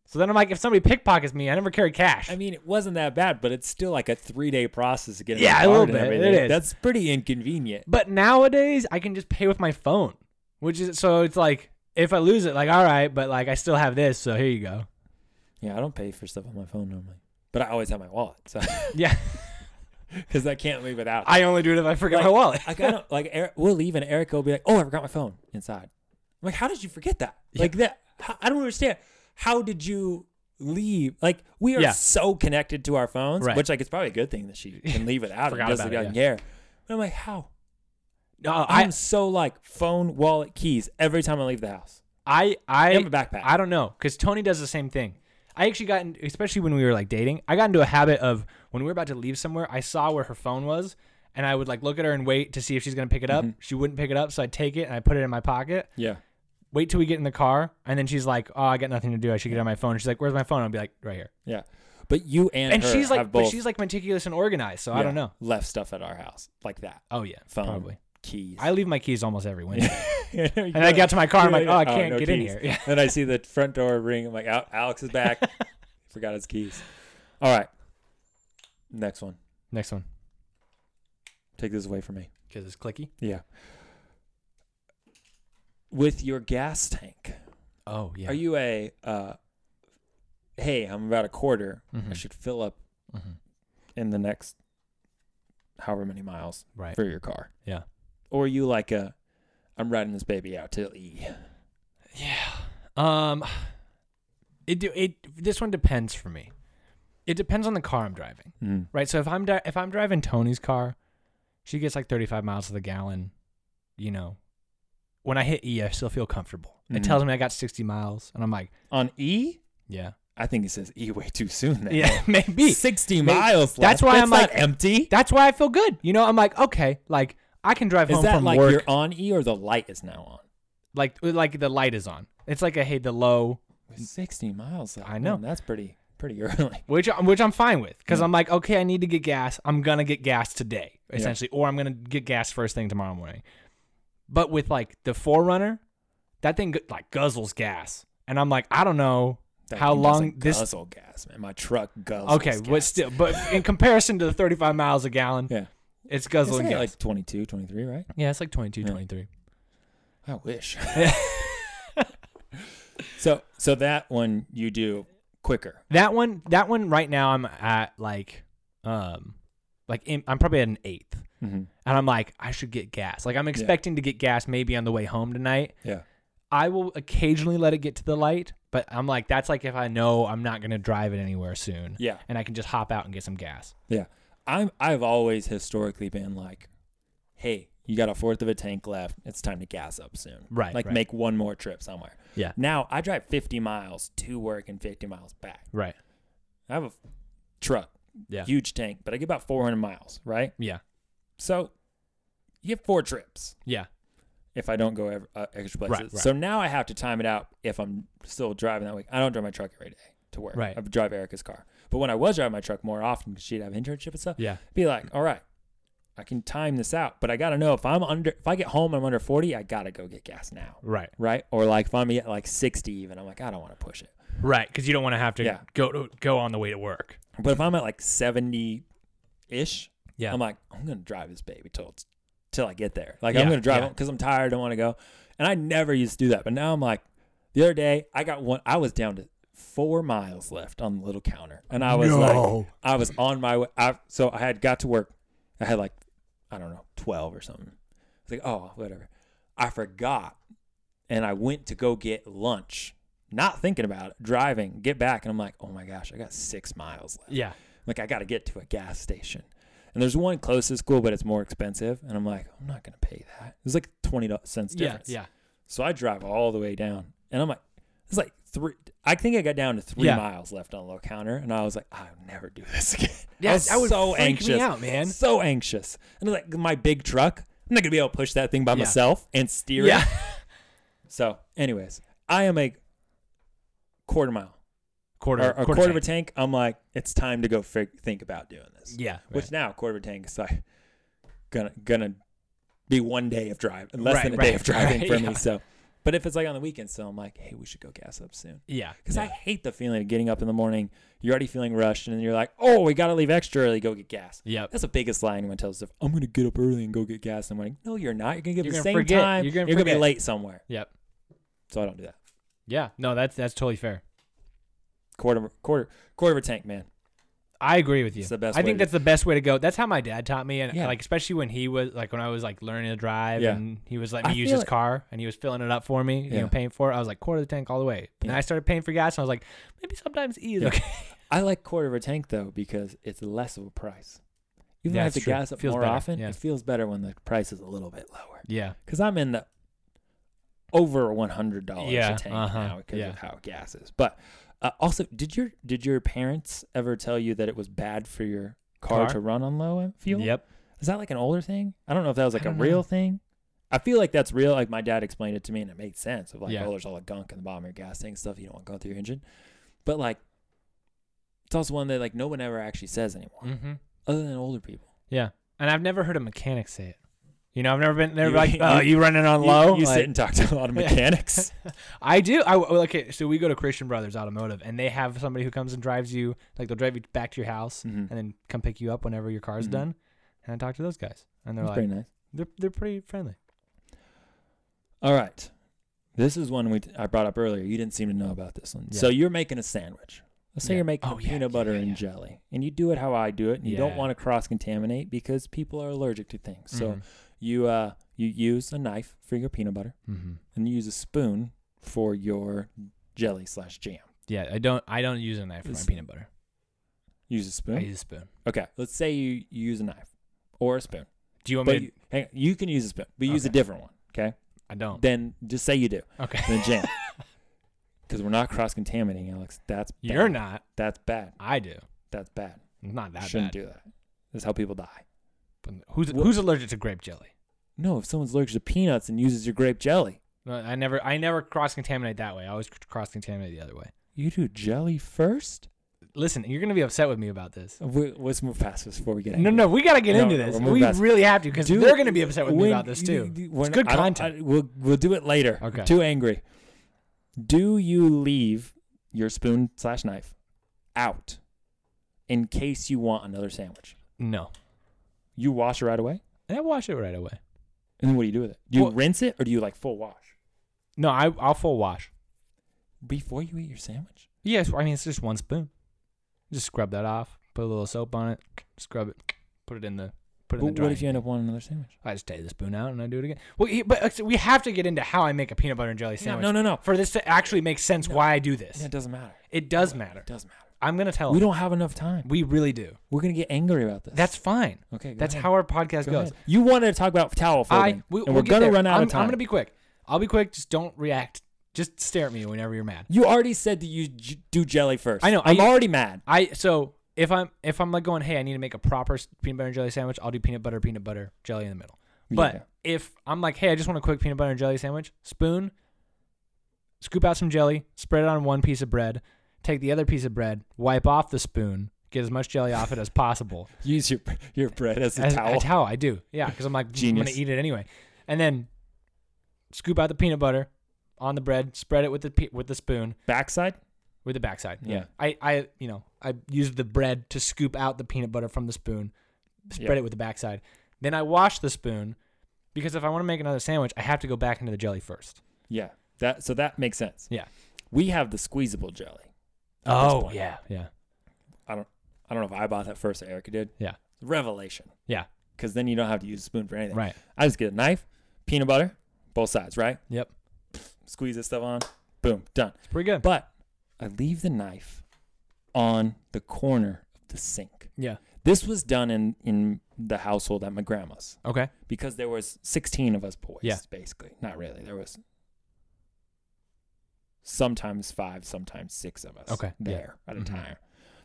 [SPEAKER 1] So then I'm like, if somebody pickpockets me, I never carry cash.
[SPEAKER 2] I mean, it wasn't that bad, but it's still like a three day process to get.
[SPEAKER 1] Yeah,
[SPEAKER 2] a
[SPEAKER 1] a little
[SPEAKER 2] card and
[SPEAKER 1] bit. It
[SPEAKER 2] everything.
[SPEAKER 1] is.
[SPEAKER 2] That's pretty inconvenient.
[SPEAKER 1] But nowadays, I can just pay with my phone, which is so it's like if I lose it, like all right, but like I still have this, so here you go.
[SPEAKER 2] Yeah, I don't pay for stuff on my phone normally, but I always have my wallet, so [laughs]
[SPEAKER 1] Yeah,
[SPEAKER 2] because I can't leave without.
[SPEAKER 1] [laughs]
[SPEAKER 2] it.
[SPEAKER 1] I only do it if I forget
[SPEAKER 2] Like,
[SPEAKER 1] my wallet.
[SPEAKER 2] like I
[SPEAKER 1] [laughs]
[SPEAKER 2] don't like Eric, we'll leave and Eric will be like, "Oh, I forgot my phone inside." I'm like, "How did you forget that?" Like that, how- I don't understand. How did you leave? Like we are
[SPEAKER 1] Yeah.
[SPEAKER 2] so connected to our phones,
[SPEAKER 1] Right.
[SPEAKER 2] which like it's probably a good thing that she
[SPEAKER 1] [laughs]
[SPEAKER 2] can leave it out.
[SPEAKER 1] Forgot
[SPEAKER 2] and doesn't
[SPEAKER 1] about it,
[SPEAKER 2] go, yeah. But I'm like, how?
[SPEAKER 1] No,
[SPEAKER 2] I'm
[SPEAKER 1] I,
[SPEAKER 2] so like phone, wallet, keys every time I leave the house.
[SPEAKER 1] I, I,
[SPEAKER 2] And my backpack.
[SPEAKER 1] I don't know because Tony does the same thing. I actually got, in, especially when we were like dating, I got into a habit of when we were about to leave somewhere, I saw where her phone was, and I would like look at her and wait to see if she's gonna pick it up.
[SPEAKER 2] Mm-hmm.
[SPEAKER 1] She wouldn't pick it up, so I'd take it and I put it in my pocket.
[SPEAKER 2] Yeah.
[SPEAKER 1] Wait till we get in the car, and then she's like, "Oh, I got nothing to do. I should get on my phone." She's like, "Where's my phone?" I'll be like, "Right here."
[SPEAKER 2] Yeah. But you and,
[SPEAKER 1] and
[SPEAKER 2] her
[SPEAKER 1] she's like,
[SPEAKER 2] have
[SPEAKER 1] but
[SPEAKER 2] both,
[SPEAKER 1] she's like meticulous and organized, so I
[SPEAKER 2] yeah,
[SPEAKER 1] don't know.
[SPEAKER 2] Left stuff at our house like that.
[SPEAKER 1] Oh yeah,
[SPEAKER 2] Phone,
[SPEAKER 1] probably.
[SPEAKER 2] keys. [laughs]
[SPEAKER 1] I leave my keys almost every Wednesday,
[SPEAKER 2] and
[SPEAKER 1] [laughs] and I got to my car, I'm like,
[SPEAKER 2] Yeah,
[SPEAKER 1] oh, I
[SPEAKER 2] yeah.
[SPEAKER 1] can't
[SPEAKER 2] no
[SPEAKER 1] get in
[SPEAKER 2] keys.
[SPEAKER 1] here. Yeah.
[SPEAKER 2] [laughs] then I see the front door ring. I'm like, Al- Alex is
[SPEAKER 1] [laughs]
[SPEAKER 2] back. Forgot his keys. All right. Next one.
[SPEAKER 1] Next one,
[SPEAKER 2] Take this away from me.
[SPEAKER 1] because it's clicky.
[SPEAKER 2] Yeah. With your gas tank,
[SPEAKER 1] Oh yeah.
[SPEAKER 2] are you a, uh, hey, I'm about a quarter. I
[SPEAKER 1] Mhm.
[SPEAKER 2] should fill up
[SPEAKER 1] Mhm.
[SPEAKER 2] in the next however many miles
[SPEAKER 1] right?
[SPEAKER 2] for your car?
[SPEAKER 1] Yeah.
[SPEAKER 2] Or are you like a, I'm riding this baby out till E?
[SPEAKER 1] Um, [sighs] it do it. This one depends for me. It depends on the car I'm driving,
[SPEAKER 2] Mm.
[SPEAKER 1] right? So if I'm di- if I'm driving Tony's car, she gets like 35 miles to the gallon. You know, when I hit E, I still feel comfortable. It
[SPEAKER 2] Mhm.
[SPEAKER 1] tells me I got 60 miles, and I'm like,
[SPEAKER 2] On E?
[SPEAKER 1] yeah,
[SPEAKER 2] I think it says E way too soon
[SPEAKER 1] [laughs]
[SPEAKER 2] then.
[SPEAKER 1] yeah,
[SPEAKER 2] [laughs]
[SPEAKER 1] maybe.
[SPEAKER 2] 60
[SPEAKER 1] Maybe-
[SPEAKER 2] miles.
[SPEAKER 1] that's
[SPEAKER 2] left.
[SPEAKER 1] why I'm
[SPEAKER 2] not
[SPEAKER 1] like-
[SPEAKER 2] empty.
[SPEAKER 1] That's why I feel good. You know, I'm like, okay, like I can drive
[SPEAKER 2] Is
[SPEAKER 1] home
[SPEAKER 2] that
[SPEAKER 1] from
[SPEAKER 2] like
[SPEAKER 1] work.
[SPEAKER 2] you're on E or the light is now
[SPEAKER 1] like like the light is on. It's like I hate the low,
[SPEAKER 2] on? 60 miles.
[SPEAKER 1] I know.
[SPEAKER 2] man, that's pretty pretty [laughs] early.
[SPEAKER 1] which which I'm fine with because I'm like, okay, I need to get gas. I'm gonna get gas today, essentially, or I'm gonna get gas first thing tomorrow morning. But with like the Forerunner, that thing gu- like guzzles gas, and I'm like, I don't know
[SPEAKER 2] That
[SPEAKER 1] how
[SPEAKER 2] thing
[SPEAKER 1] long
[SPEAKER 2] doesn't
[SPEAKER 1] this.
[SPEAKER 2] guzzle gas, man. My truck guzzles.
[SPEAKER 1] Okay,
[SPEAKER 2] gas.
[SPEAKER 1] but still, but in comparison to the 35 miles a gallon,
[SPEAKER 2] Yeah.
[SPEAKER 1] it's
[SPEAKER 2] It's
[SPEAKER 1] guzzling
[SPEAKER 2] like,
[SPEAKER 1] gas.
[SPEAKER 2] like 22, 23, right?
[SPEAKER 1] yeah, it's like 22,
[SPEAKER 2] Yeah.
[SPEAKER 1] 23.
[SPEAKER 2] I wish. [laughs] so so that one you do quicker.
[SPEAKER 1] That one, that one right now, I'm at like, um, like in, I'm probably at an eighth.
[SPEAKER 2] Mm-hmm.
[SPEAKER 1] and I'm like, I should get gas. Like I'm expecting to get gas maybe on the way home tonight.
[SPEAKER 2] Yeah.
[SPEAKER 1] I will occasionally let it get to the light, but I'm like, that's like if I know I'm not gonna drive it anywhere soon.
[SPEAKER 2] Yeah.
[SPEAKER 1] And I can just hop out and get some gas.
[SPEAKER 2] Yeah. I'm I've always historically been like, hey, you got a fourth of a tank left. It's time to gas up soon.
[SPEAKER 1] Right,
[SPEAKER 2] Like
[SPEAKER 1] right.
[SPEAKER 2] make one more trip somewhere.
[SPEAKER 1] Yeah.
[SPEAKER 2] Now I drive 50 miles to work and 50 miles back.
[SPEAKER 1] Right.
[SPEAKER 2] I have a f- truck,
[SPEAKER 1] Yeah.
[SPEAKER 2] huge tank, but I get about 400 miles, right?
[SPEAKER 1] yeah.
[SPEAKER 2] So you get four trips
[SPEAKER 1] Yeah.
[SPEAKER 2] if I don't go ever, uh, extra
[SPEAKER 1] Right,
[SPEAKER 2] places.
[SPEAKER 1] right.
[SPEAKER 2] So now I have to time it out if I'm still driving that week. I don't drive my truck every day to work.
[SPEAKER 1] Right.
[SPEAKER 2] I drive Erica's car. But when I was driving my truck more often because she'd have internship and stuff,
[SPEAKER 1] Yeah.
[SPEAKER 2] be like, all right, I can time this out, but I got to know if I'm under, if I get home and I'm under 40, I got to go get gas now.
[SPEAKER 1] Right.
[SPEAKER 2] Right. Or like if I'm at like 60 even, I'm like, I don't want to push it.
[SPEAKER 1] Right. Because you don't want to have to
[SPEAKER 2] Yeah.
[SPEAKER 1] go to, go on the way to work.
[SPEAKER 2] But if I'm at like 70 ish,
[SPEAKER 1] Yeah.
[SPEAKER 2] I'm like, I'm going to drive this baby till it's, till I get there. Like I'm
[SPEAKER 1] Yeah,
[SPEAKER 2] going to drive
[SPEAKER 1] yeah.
[SPEAKER 2] it because I'm tired. I don't want to go. And I never used to do that. But now I'm like, the other day I got one, I was down to four miles left on the little counter. And I was like,
[SPEAKER 1] No.
[SPEAKER 2] I was on my way. I, so I had got to work. I had like, I don't know, 12 or something. It's like, oh, whatever. I forgot. And I went to go get lunch, not thinking about it, driving, get back. And I'm like, oh my gosh, I got six miles left.
[SPEAKER 1] yeah.
[SPEAKER 2] Like I got to get to a gas station. And there's one close to school, but it's more expensive. And I'm like, I'm not going to pay that. It's like 20 do- cents
[SPEAKER 1] Yeah.
[SPEAKER 2] difference.
[SPEAKER 1] Yeah.
[SPEAKER 2] So I drive all the way down. And I'm like, it's like three. I think I got down to three
[SPEAKER 1] Yeah.
[SPEAKER 2] miles left on the low counter. And I was like, I'll never do this [laughs] again.
[SPEAKER 1] Yeah,
[SPEAKER 2] I was
[SPEAKER 1] that would
[SPEAKER 2] so
[SPEAKER 1] freak me
[SPEAKER 2] anxious.
[SPEAKER 1] out, man.
[SPEAKER 2] So anxious. And like my big truck, I'm not going to be able to push that thing by
[SPEAKER 1] Yeah.
[SPEAKER 2] myself and steer it.
[SPEAKER 1] Yeah.
[SPEAKER 2] So, anyways, I am a quarter mile
[SPEAKER 1] Quarter,
[SPEAKER 2] or, or quarter,
[SPEAKER 1] quarter
[SPEAKER 2] of a
[SPEAKER 1] tank.
[SPEAKER 2] tank. I'm like, it's time to go fig- think about doing this.
[SPEAKER 1] Yeah.
[SPEAKER 2] Which now quarter of a tank is like gonna gonna be one day of drive, less
[SPEAKER 1] Right,
[SPEAKER 2] than a
[SPEAKER 1] right,
[SPEAKER 2] day of driving
[SPEAKER 1] right, [laughs]
[SPEAKER 2] for
[SPEAKER 1] yeah.
[SPEAKER 2] me. So, but if it's like on the weekend, so I'm like, hey, we should go gas up soon.
[SPEAKER 1] yeah.
[SPEAKER 2] Because
[SPEAKER 1] yeah.
[SPEAKER 2] I hate the feeling of getting up in the morning. You're already feeling rushed, and then you're like, "Oh, we gotta leave extra early. Go get gas."
[SPEAKER 1] Yep.
[SPEAKER 2] That's the biggest lie anyone tells stuff. I'm gonna get up early and go get gas. I'm like, "No, you're not. You're gonna get up
[SPEAKER 1] You're
[SPEAKER 2] the
[SPEAKER 1] gonna
[SPEAKER 2] same
[SPEAKER 1] forget.
[SPEAKER 2] time.
[SPEAKER 1] You're
[SPEAKER 2] You're
[SPEAKER 1] gonna
[SPEAKER 2] gonna, be
[SPEAKER 1] forget.
[SPEAKER 2] late somewhere."
[SPEAKER 1] Yep.
[SPEAKER 2] So I don't do that.
[SPEAKER 1] Yeah. No, that's that's totally fair.
[SPEAKER 2] Quarter, quarter, quarter of a tank, man.
[SPEAKER 1] I agree with you.
[SPEAKER 2] It's the best
[SPEAKER 1] I
[SPEAKER 2] way
[SPEAKER 1] think
[SPEAKER 2] to-
[SPEAKER 1] that's the best way to go. That's how my dad taught me, and
[SPEAKER 2] Yeah.
[SPEAKER 1] like especially when he was like when I was like learning to drive,
[SPEAKER 2] Yeah.
[SPEAKER 1] and he was letting me
[SPEAKER 2] I
[SPEAKER 1] use
[SPEAKER 2] feel
[SPEAKER 1] his
[SPEAKER 2] like-
[SPEAKER 1] car, and he was filling it up for me, you
[SPEAKER 2] Yeah.
[SPEAKER 1] know, paying for it. I was like quarter of the tank all the way. And
[SPEAKER 2] Yeah.
[SPEAKER 1] I started paying for gas, and I was like, maybe sometimes it is
[SPEAKER 2] Yeah.
[SPEAKER 1] okay.
[SPEAKER 2] [laughs] I like quarter of a tank though because it's less of a price. Even though I
[SPEAKER 1] Yeah,
[SPEAKER 2] have to
[SPEAKER 1] it's true.
[SPEAKER 2] gas up
[SPEAKER 1] Feels
[SPEAKER 2] more
[SPEAKER 1] better.
[SPEAKER 2] often,
[SPEAKER 1] Yeah.
[SPEAKER 2] it feels better when the price is a little bit lower.
[SPEAKER 1] Yeah,
[SPEAKER 2] Because I'm in the over one hundred dollars
[SPEAKER 1] Yeah,
[SPEAKER 2] a tank
[SPEAKER 1] uh-huh,
[SPEAKER 2] now because
[SPEAKER 1] yeah.
[SPEAKER 2] of how gas is. But uh, also, did your did your parents ever tell you that it was bad for your car,
[SPEAKER 1] Car?
[SPEAKER 2] to run on low fuel?
[SPEAKER 1] yep.
[SPEAKER 2] Is that like an older thing? I don't know if that was like a
[SPEAKER 1] don't know.
[SPEAKER 2] real thing. I feel like that's real. Like my dad explained it to me, and it made sense. Of like,
[SPEAKER 1] Yeah.
[SPEAKER 2] oh, there's all the gunk in the bottom of your gas tank and stuff you don't want going through your engine. But like, it's also one that like no one ever actually says anymore,
[SPEAKER 1] Mm-hmm.
[SPEAKER 2] other than older people.
[SPEAKER 1] Yeah, and I've never heard a mechanic say it. You know, I've never been. They're
[SPEAKER 2] [laughs] You-
[SPEAKER 1] like, "Oh, you, running on
[SPEAKER 2] You-
[SPEAKER 1] low?"
[SPEAKER 2] You,
[SPEAKER 1] Like-
[SPEAKER 2] sit and talk to a lot
[SPEAKER 1] [laughs]
[SPEAKER 2] of
[SPEAKER 1] Yeah.
[SPEAKER 2] mechanics.
[SPEAKER 1] I do. I well, okay. So we go to Christian Brothers Automotive, and they have somebody who comes and drives you. Like they'll drive you back to your house, and
[SPEAKER 2] Mhm.
[SPEAKER 1] then come pick you up whenever your car's
[SPEAKER 2] Mhm.
[SPEAKER 1] done. And I talk to those guys, and they're
[SPEAKER 2] That's
[SPEAKER 1] like,
[SPEAKER 2] pretty nice.
[SPEAKER 1] they're they're pretty friendly.
[SPEAKER 2] All right, this is one we t- I brought up earlier. You didn't seem to know about this one.
[SPEAKER 1] Yeah.
[SPEAKER 2] So you're making a sandwich. Let's say
[SPEAKER 1] Yeah.
[SPEAKER 2] you're making
[SPEAKER 1] Oh, yeah,
[SPEAKER 2] peanut
[SPEAKER 1] yeah,
[SPEAKER 2] butter
[SPEAKER 1] yeah,
[SPEAKER 2] and
[SPEAKER 1] yeah.
[SPEAKER 2] jelly, and you do it how I do it. And You don't
[SPEAKER 1] Yeah. Mm-hmm.
[SPEAKER 2] want to cross contaminate because people are allergic to things. So you uh you use a knife for your peanut butter
[SPEAKER 1] hmm
[SPEAKER 2] and you use a spoon for your jelly slash jam
[SPEAKER 1] yeah, I don't I don't use a knife for my
[SPEAKER 2] Is-
[SPEAKER 1] peanut butter.
[SPEAKER 2] use
[SPEAKER 1] I
[SPEAKER 2] a spoon
[SPEAKER 1] use a spoon.
[SPEAKER 2] okay letts say you, you use a knife or a spoon
[SPEAKER 1] Do you want me?
[SPEAKER 2] but
[SPEAKER 1] To,
[SPEAKER 2] you, hang on, you can use a spoon but use a
[SPEAKER 1] Okay.
[SPEAKER 2] different one okay
[SPEAKER 1] I don't.
[SPEAKER 2] then just say you do
[SPEAKER 1] okay. [laughs]
[SPEAKER 2] then jam because we're not cross-contaminating alex that's bad.
[SPEAKER 1] You're not.
[SPEAKER 2] that's bad
[SPEAKER 1] I do.
[SPEAKER 2] that's bad
[SPEAKER 1] It's Not that
[SPEAKER 2] shouldn't
[SPEAKER 1] bad.
[SPEAKER 2] do that that's how people die
[SPEAKER 1] But who's
[SPEAKER 2] Wha-
[SPEAKER 1] who's allergic to grape jelly?
[SPEAKER 2] no if someone's allergic to peanuts and uses your grape jelly
[SPEAKER 1] No, I never I never cross contaminate that way. I always cross contaminate the other way.
[SPEAKER 2] you do jelly first
[SPEAKER 1] Listen, you're gonna be upset with me about this.
[SPEAKER 2] Wh- let's move past this before we get
[SPEAKER 1] No,
[SPEAKER 2] angry.
[SPEAKER 1] no, we gotta get
[SPEAKER 2] No,
[SPEAKER 1] into
[SPEAKER 2] no,
[SPEAKER 1] this.
[SPEAKER 2] we'll move
[SPEAKER 1] We
[SPEAKER 2] past-
[SPEAKER 1] really have to because
[SPEAKER 2] Do
[SPEAKER 1] they're
[SPEAKER 2] it
[SPEAKER 1] gonna be upset with me
[SPEAKER 2] when-
[SPEAKER 1] about this too.
[SPEAKER 2] you- you- when-
[SPEAKER 1] good
[SPEAKER 2] I don't-
[SPEAKER 1] content.
[SPEAKER 2] I- we'll we'll do it later.
[SPEAKER 1] Okay.
[SPEAKER 2] Too angry. Do you leave your spoon slash knife out in case you want another sandwich?
[SPEAKER 1] No,
[SPEAKER 2] You wash it right away,
[SPEAKER 1] and I wash it right away.
[SPEAKER 2] and then what do you do with it? Do you
[SPEAKER 1] Well-
[SPEAKER 2] rinse it or do you like full wash
[SPEAKER 1] No, I I'll full wash.
[SPEAKER 2] before you eat your sandwich?
[SPEAKER 1] Yes, I mean it's just one spoon. Just scrub that off. Put a little soap on it. Scrub it. Put it in the put it in the
[SPEAKER 2] But
[SPEAKER 1] drying.
[SPEAKER 2] what if you end up wanting another sandwich?
[SPEAKER 1] I just take the spoon out and I do it again. Well, he- but uh, so we have to get into how I make a peanut butter and jelly
[SPEAKER 2] No,
[SPEAKER 1] sandwich
[SPEAKER 2] no, no, no.
[SPEAKER 1] for this to actually make sense.
[SPEAKER 2] No.
[SPEAKER 1] Why I do this?
[SPEAKER 2] Yeah, It doesn't matter.
[SPEAKER 1] It does matter.
[SPEAKER 2] It doesn't matter.
[SPEAKER 1] I'm gonna tell
[SPEAKER 2] We
[SPEAKER 1] him.
[SPEAKER 2] don't have enough time.
[SPEAKER 1] We really do.
[SPEAKER 2] We're gonna get angry about this.
[SPEAKER 1] That's fine.
[SPEAKER 2] okay. go
[SPEAKER 1] That's
[SPEAKER 2] ahead.
[SPEAKER 1] how our podcast
[SPEAKER 2] Go
[SPEAKER 1] goes.
[SPEAKER 2] ahead. You wanted to talk about towel folding,
[SPEAKER 1] I we,
[SPEAKER 2] and
[SPEAKER 1] we'll
[SPEAKER 2] we're
[SPEAKER 1] get
[SPEAKER 2] gonna
[SPEAKER 1] there.
[SPEAKER 2] run out
[SPEAKER 1] I'm,
[SPEAKER 2] of time.
[SPEAKER 1] I'm gonna be quick. I'll be quick. Just don't react. Just stare at me whenever you're mad.
[SPEAKER 2] You already said that you j- do jelly first.
[SPEAKER 1] I know,
[SPEAKER 2] I'm
[SPEAKER 1] I-
[SPEAKER 2] already mad.
[SPEAKER 1] I so if I'm if I'm like going, hey, I need to make a proper s- peanut butter and jelly sandwich. I'll do peanut butter, peanut butter, jelly in the middle. But
[SPEAKER 2] Yeah.
[SPEAKER 1] if I'm like, hey, I just want a quick peanut butter and jelly sandwich, spoon, scoop out some jelly, spread it on one piece of bread, take the other piece of bread, wipe off the spoon, get as much jelly off it as
[SPEAKER 2] [laughs]
[SPEAKER 1] possible.
[SPEAKER 2] use your your bread as a
[SPEAKER 1] As-
[SPEAKER 2] towel.
[SPEAKER 1] A towel, I do. Yeah, because I'm like, I'm
[SPEAKER 2] Genius.
[SPEAKER 1] gonna eat it anyway. And then scoop out the peanut butter on the bread, spread it with the pe- with the spoon
[SPEAKER 2] Backside.
[SPEAKER 1] with the backside.
[SPEAKER 2] Yeah.
[SPEAKER 1] I I you know I used the bread to scoop out the peanut butter from the spoon, spread
[SPEAKER 2] Yeah.
[SPEAKER 1] it with the backside. Then I wash the spoon because if I want to make another sandwich, I have to go back into the jelly first.
[SPEAKER 2] Yeah. That so that makes sense.
[SPEAKER 1] Yeah.
[SPEAKER 2] We have the squeezable jelly. at this
[SPEAKER 1] Oh
[SPEAKER 2] point.
[SPEAKER 1] yeah yeah
[SPEAKER 2] I don't I don't know if I bought that first or Erica did.
[SPEAKER 1] Yeah.
[SPEAKER 2] Revelation.
[SPEAKER 1] yeah
[SPEAKER 2] Because then you don't have to use a spoon for anything.
[SPEAKER 1] right
[SPEAKER 2] I just get a knife, peanut butter, both sides, right?
[SPEAKER 1] yep
[SPEAKER 2] Squeeze this stuff on, boom, done.
[SPEAKER 1] it's pretty good
[SPEAKER 2] But I leave the knife on the corner of the sink.
[SPEAKER 1] yeah
[SPEAKER 2] This was done in in the household at my grandma's.
[SPEAKER 1] okay
[SPEAKER 2] because there was 16 of us boys
[SPEAKER 1] Yeah.
[SPEAKER 2] basically not really there was sometimes five sometimes six of us
[SPEAKER 1] Okay, yeah.
[SPEAKER 2] there at a
[SPEAKER 1] Mhm.
[SPEAKER 2] time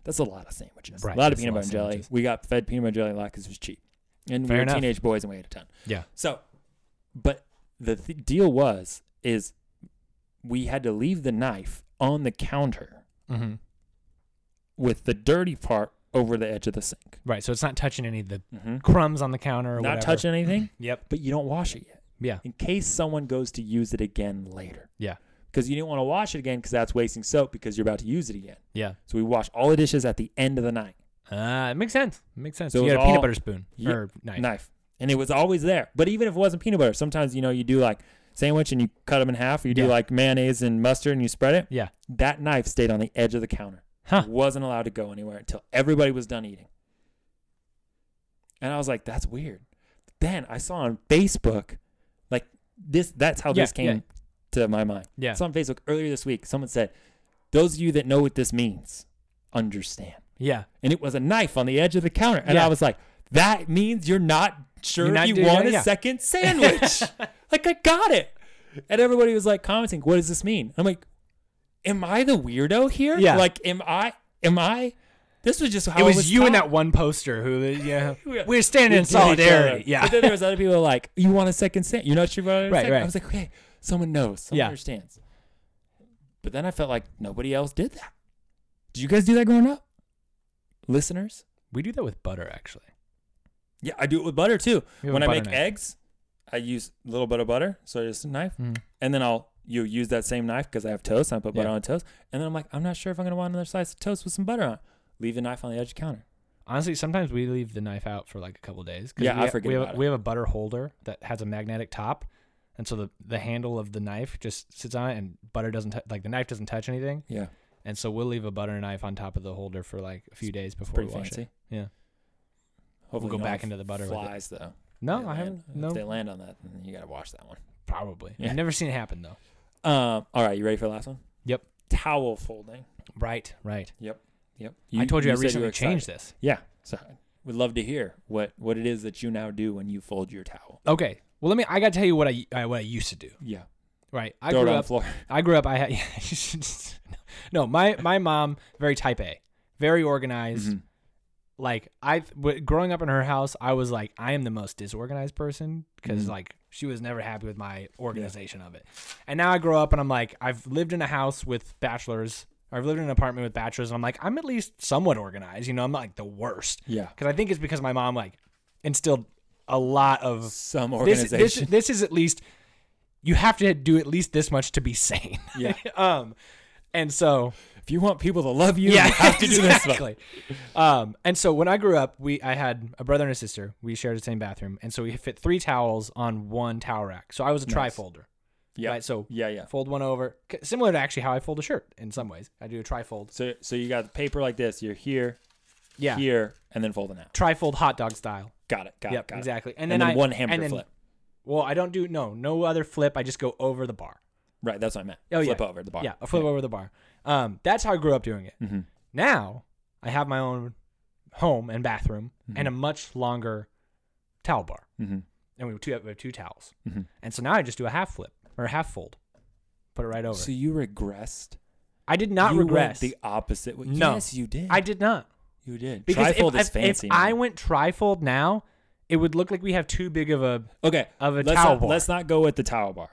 [SPEAKER 2] that's a lot of sandwiches
[SPEAKER 1] Right,
[SPEAKER 2] a lot of
[SPEAKER 1] that's a
[SPEAKER 2] peanut
[SPEAKER 1] lot
[SPEAKER 2] butter
[SPEAKER 1] of
[SPEAKER 2] and jelly
[SPEAKER 1] sandwiches.
[SPEAKER 2] we got fed peanut butter and jelly a lot because it was cheap and
[SPEAKER 1] Fair
[SPEAKER 2] we were
[SPEAKER 1] enough.
[SPEAKER 2] teenage boys and we ate a ton
[SPEAKER 1] Yeah.
[SPEAKER 2] so but the th- deal was is we had to leave the knife on the counter
[SPEAKER 3] Mm-hmm.
[SPEAKER 2] with the dirty part over the edge of the sink.
[SPEAKER 3] Right. So it's not touching any of the
[SPEAKER 2] Mm-hmm.
[SPEAKER 3] crumbs on the counter or
[SPEAKER 2] Not
[SPEAKER 3] whatever.
[SPEAKER 1] [laughs]
[SPEAKER 2] touch anything,
[SPEAKER 1] Yep.
[SPEAKER 2] but you don't wash it yet
[SPEAKER 1] Yeah.
[SPEAKER 2] in case someone goes to use it again later.
[SPEAKER 1] Yeah.
[SPEAKER 2] Because you didn't want to wash it again because that's wasting soap because you're about to use it again.
[SPEAKER 1] Yeah.
[SPEAKER 2] So we wash all the dishes at the end of the night.
[SPEAKER 1] Uh, it makes sense. It makes sense.
[SPEAKER 2] So
[SPEAKER 1] you
[SPEAKER 2] it's
[SPEAKER 1] got a peanut
[SPEAKER 2] all-
[SPEAKER 1] butter spoon
[SPEAKER 2] Yep.
[SPEAKER 1] or knife.
[SPEAKER 2] knife. And it was always there. But even if it wasn't peanut butter, sometimes, you know, you do like sandwich and you cut them in half, or you do
[SPEAKER 1] Yeah.
[SPEAKER 2] like mayonnaise and mustard and you spread it.
[SPEAKER 1] Yeah.
[SPEAKER 2] That knife stayed on the edge of the counter.
[SPEAKER 1] Huh.
[SPEAKER 2] Wasn't allowed to go anywhere until everybody was done eating. And I was like, that's weird. Then I saw on Facebook, like this, that's how
[SPEAKER 1] Yeah,
[SPEAKER 2] this came to my mind.
[SPEAKER 1] Yeah.
[SPEAKER 2] It's on Facebook earlier this week. Someone said, those of you that know what this means, understand
[SPEAKER 1] Yeah.
[SPEAKER 2] and it was a knife on the edge of the counter. And
[SPEAKER 1] Yeah.
[SPEAKER 2] I was like, that means you're not sure
[SPEAKER 1] You're not
[SPEAKER 2] if you
[SPEAKER 1] doing-
[SPEAKER 2] want a
[SPEAKER 1] yeah.
[SPEAKER 2] second sandwich. like, I got it. And everybody was like commenting, what does this mean? I'm like, am I the weirdo here?
[SPEAKER 1] Yeah.
[SPEAKER 2] Like, am I, am I, this was just how
[SPEAKER 3] It
[SPEAKER 2] I
[SPEAKER 3] was, you and
[SPEAKER 2] taught.
[SPEAKER 3] that one poster who, yeah,
[SPEAKER 2] [laughs] We-
[SPEAKER 3] we're standing in
[SPEAKER 2] We did each other.
[SPEAKER 3] solidarity. Yeah.
[SPEAKER 2] But then there was other people like, you want a second sandwich? You're not sure about it?
[SPEAKER 1] Right,
[SPEAKER 2] second?
[SPEAKER 1] right.
[SPEAKER 2] I was like, okay, someone knows. Someone
[SPEAKER 1] Yeah.
[SPEAKER 2] understands. But then I felt like nobody else did that. Did you guys do that growing up? Listeners?
[SPEAKER 1] [laughs] We do that with butter actually.
[SPEAKER 2] Yeah, I do it with butter too.
[SPEAKER 1] We have
[SPEAKER 2] when
[SPEAKER 1] a
[SPEAKER 2] I
[SPEAKER 1] butter
[SPEAKER 2] make
[SPEAKER 1] knife.
[SPEAKER 2] eggs, I use a little bit of butter, so just a knife,
[SPEAKER 3] Mhm.
[SPEAKER 2] and then I'll you use that same knife because I have toast. And I put butter
[SPEAKER 1] Mm. Yeah.
[SPEAKER 2] on toast, and then I'm like, I'm not sure if I'm gonna want another slice of toast with some butter on. it. Leave the knife on the edge of the counter.
[SPEAKER 1] Honestly, sometimes we leave the knife out for like a couple days. 'cause
[SPEAKER 2] Yeah,
[SPEAKER 1] we
[SPEAKER 2] I
[SPEAKER 1] ha-
[SPEAKER 2] forget
[SPEAKER 1] we have,
[SPEAKER 2] about it.
[SPEAKER 1] we have a butter holder that has a magnetic top, and so the the handle of the knife just sits on it, and butter doesn't t- like the knife doesn't touch anything,
[SPEAKER 2] Yeah,
[SPEAKER 1] and so we'll leave a butter knife on top of the holder for like a few days before we
[SPEAKER 2] pretty
[SPEAKER 1] wash
[SPEAKER 2] fancy.
[SPEAKER 1] it. Yeah.
[SPEAKER 2] Hopefully
[SPEAKER 1] go
[SPEAKER 2] you don't
[SPEAKER 1] back
[SPEAKER 2] have
[SPEAKER 1] into the butter with it.
[SPEAKER 2] Flies though.
[SPEAKER 1] No,
[SPEAKER 2] They
[SPEAKER 1] I
[SPEAKER 2] land-
[SPEAKER 1] haven't.
[SPEAKER 2] If
[SPEAKER 1] No,
[SPEAKER 2] they land on that, then you gotta wash that one.
[SPEAKER 1] probably.
[SPEAKER 2] Yeah.
[SPEAKER 1] I've never seen it happen though.
[SPEAKER 2] Um. All right, you ready for the last one?
[SPEAKER 1] Yep.
[SPEAKER 2] Towel folding.
[SPEAKER 1] Right, right.
[SPEAKER 2] Yep.
[SPEAKER 1] I told you, I
[SPEAKER 2] said were
[SPEAKER 1] recently changed
[SPEAKER 2] excited.
[SPEAKER 1] this.
[SPEAKER 2] Yeah. So we'd love to hear what what it is that you now do when you fold your towel.
[SPEAKER 1] Okay. Well, let me. I got to tell you what I, I what I used to do.
[SPEAKER 2] Yeah.
[SPEAKER 1] Right. I
[SPEAKER 2] Throw it
[SPEAKER 1] grew
[SPEAKER 2] on
[SPEAKER 1] up.
[SPEAKER 2] the floor.
[SPEAKER 1] I grew up. I had. [laughs] you should just- no, my my mom very type A, very organized.
[SPEAKER 2] Mhm.
[SPEAKER 1] Like I, w- growing up in her house, I was like, I am the most disorganized person because
[SPEAKER 2] Mhm.
[SPEAKER 1] like she was never happy with my organization of it. And now I grow up and I'm like, I've lived in a house with bachelors. Or I've lived in an apartment with bachelors, and I'm like, I'm at least somewhat organized. You know, I'm not like the worst.
[SPEAKER 2] Yeah.
[SPEAKER 1] Because I think it's because my mom like instilled a lot of
[SPEAKER 2] Some
[SPEAKER 1] this,
[SPEAKER 2] organization.
[SPEAKER 1] this this is at least you have to do at least this much to be sane.
[SPEAKER 2] Yeah.
[SPEAKER 1] [laughs] um and so
[SPEAKER 2] if you want people to love you, you have to do
[SPEAKER 1] [laughs]
[SPEAKER 2] this. much.
[SPEAKER 1] exactly. Um and so when I grew up, we I had a brother and a sister. We shared the same bathroom. And so we fit three towels on one towel rack. So I was a
[SPEAKER 2] Nice.
[SPEAKER 1] trifolder.
[SPEAKER 2] Yeah.
[SPEAKER 1] Right. So
[SPEAKER 2] Yeah, yeah.
[SPEAKER 1] fold one over. C- Similar to actually how I fold a shirt in some ways. I do a trifold.
[SPEAKER 2] So so you got the paper like this. You're here,
[SPEAKER 1] Yeah.
[SPEAKER 2] here, and then folding out.
[SPEAKER 1] Trifold hot dog style.
[SPEAKER 2] Got it. Got
[SPEAKER 1] Yep,
[SPEAKER 2] it. Got it.
[SPEAKER 1] exactly.
[SPEAKER 2] And,
[SPEAKER 1] And, then,
[SPEAKER 2] then
[SPEAKER 1] I,
[SPEAKER 2] one hamburger
[SPEAKER 1] and then-
[SPEAKER 2] flip.
[SPEAKER 1] Well, I don't do no, no other flip. I just go over the bar.
[SPEAKER 2] Right. That's what I meant.
[SPEAKER 1] Oh,
[SPEAKER 2] flip
[SPEAKER 1] yeah.
[SPEAKER 2] over the bar.
[SPEAKER 1] Yeah, a flip over the bar. Um, that's how I grew up doing it.
[SPEAKER 2] Mhm.
[SPEAKER 1] Now I have my own home and bathroom
[SPEAKER 2] Mm-hmm.
[SPEAKER 1] and a much longer towel bar,
[SPEAKER 2] Mhm.
[SPEAKER 1] and we have two, we have two towels,
[SPEAKER 2] Mhm.
[SPEAKER 1] and so now I just do a half flip or a half fold, put it right over.
[SPEAKER 2] So you regressed.
[SPEAKER 1] I did not
[SPEAKER 2] you went
[SPEAKER 1] regress.
[SPEAKER 2] the opposite. way.
[SPEAKER 1] No.
[SPEAKER 2] Yes, you did.
[SPEAKER 1] I did not
[SPEAKER 2] You did.
[SPEAKER 1] because
[SPEAKER 2] Trifold
[SPEAKER 1] if,
[SPEAKER 2] is
[SPEAKER 1] if-
[SPEAKER 2] fancy.
[SPEAKER 1] if I
[SPEAKER 2] now.
[SPEAKER 1] went trifold now, it would look like we have too big of a
[SPEAKER 2] okay.
[SPEAKER 1] of a
[SPEAKER 2] let's
[SPEAKER 1] towel
[SPEAKER 2] not,
[SPEAKER 1] bar.
[SPEAKER 2] Let's not go with the towel bar.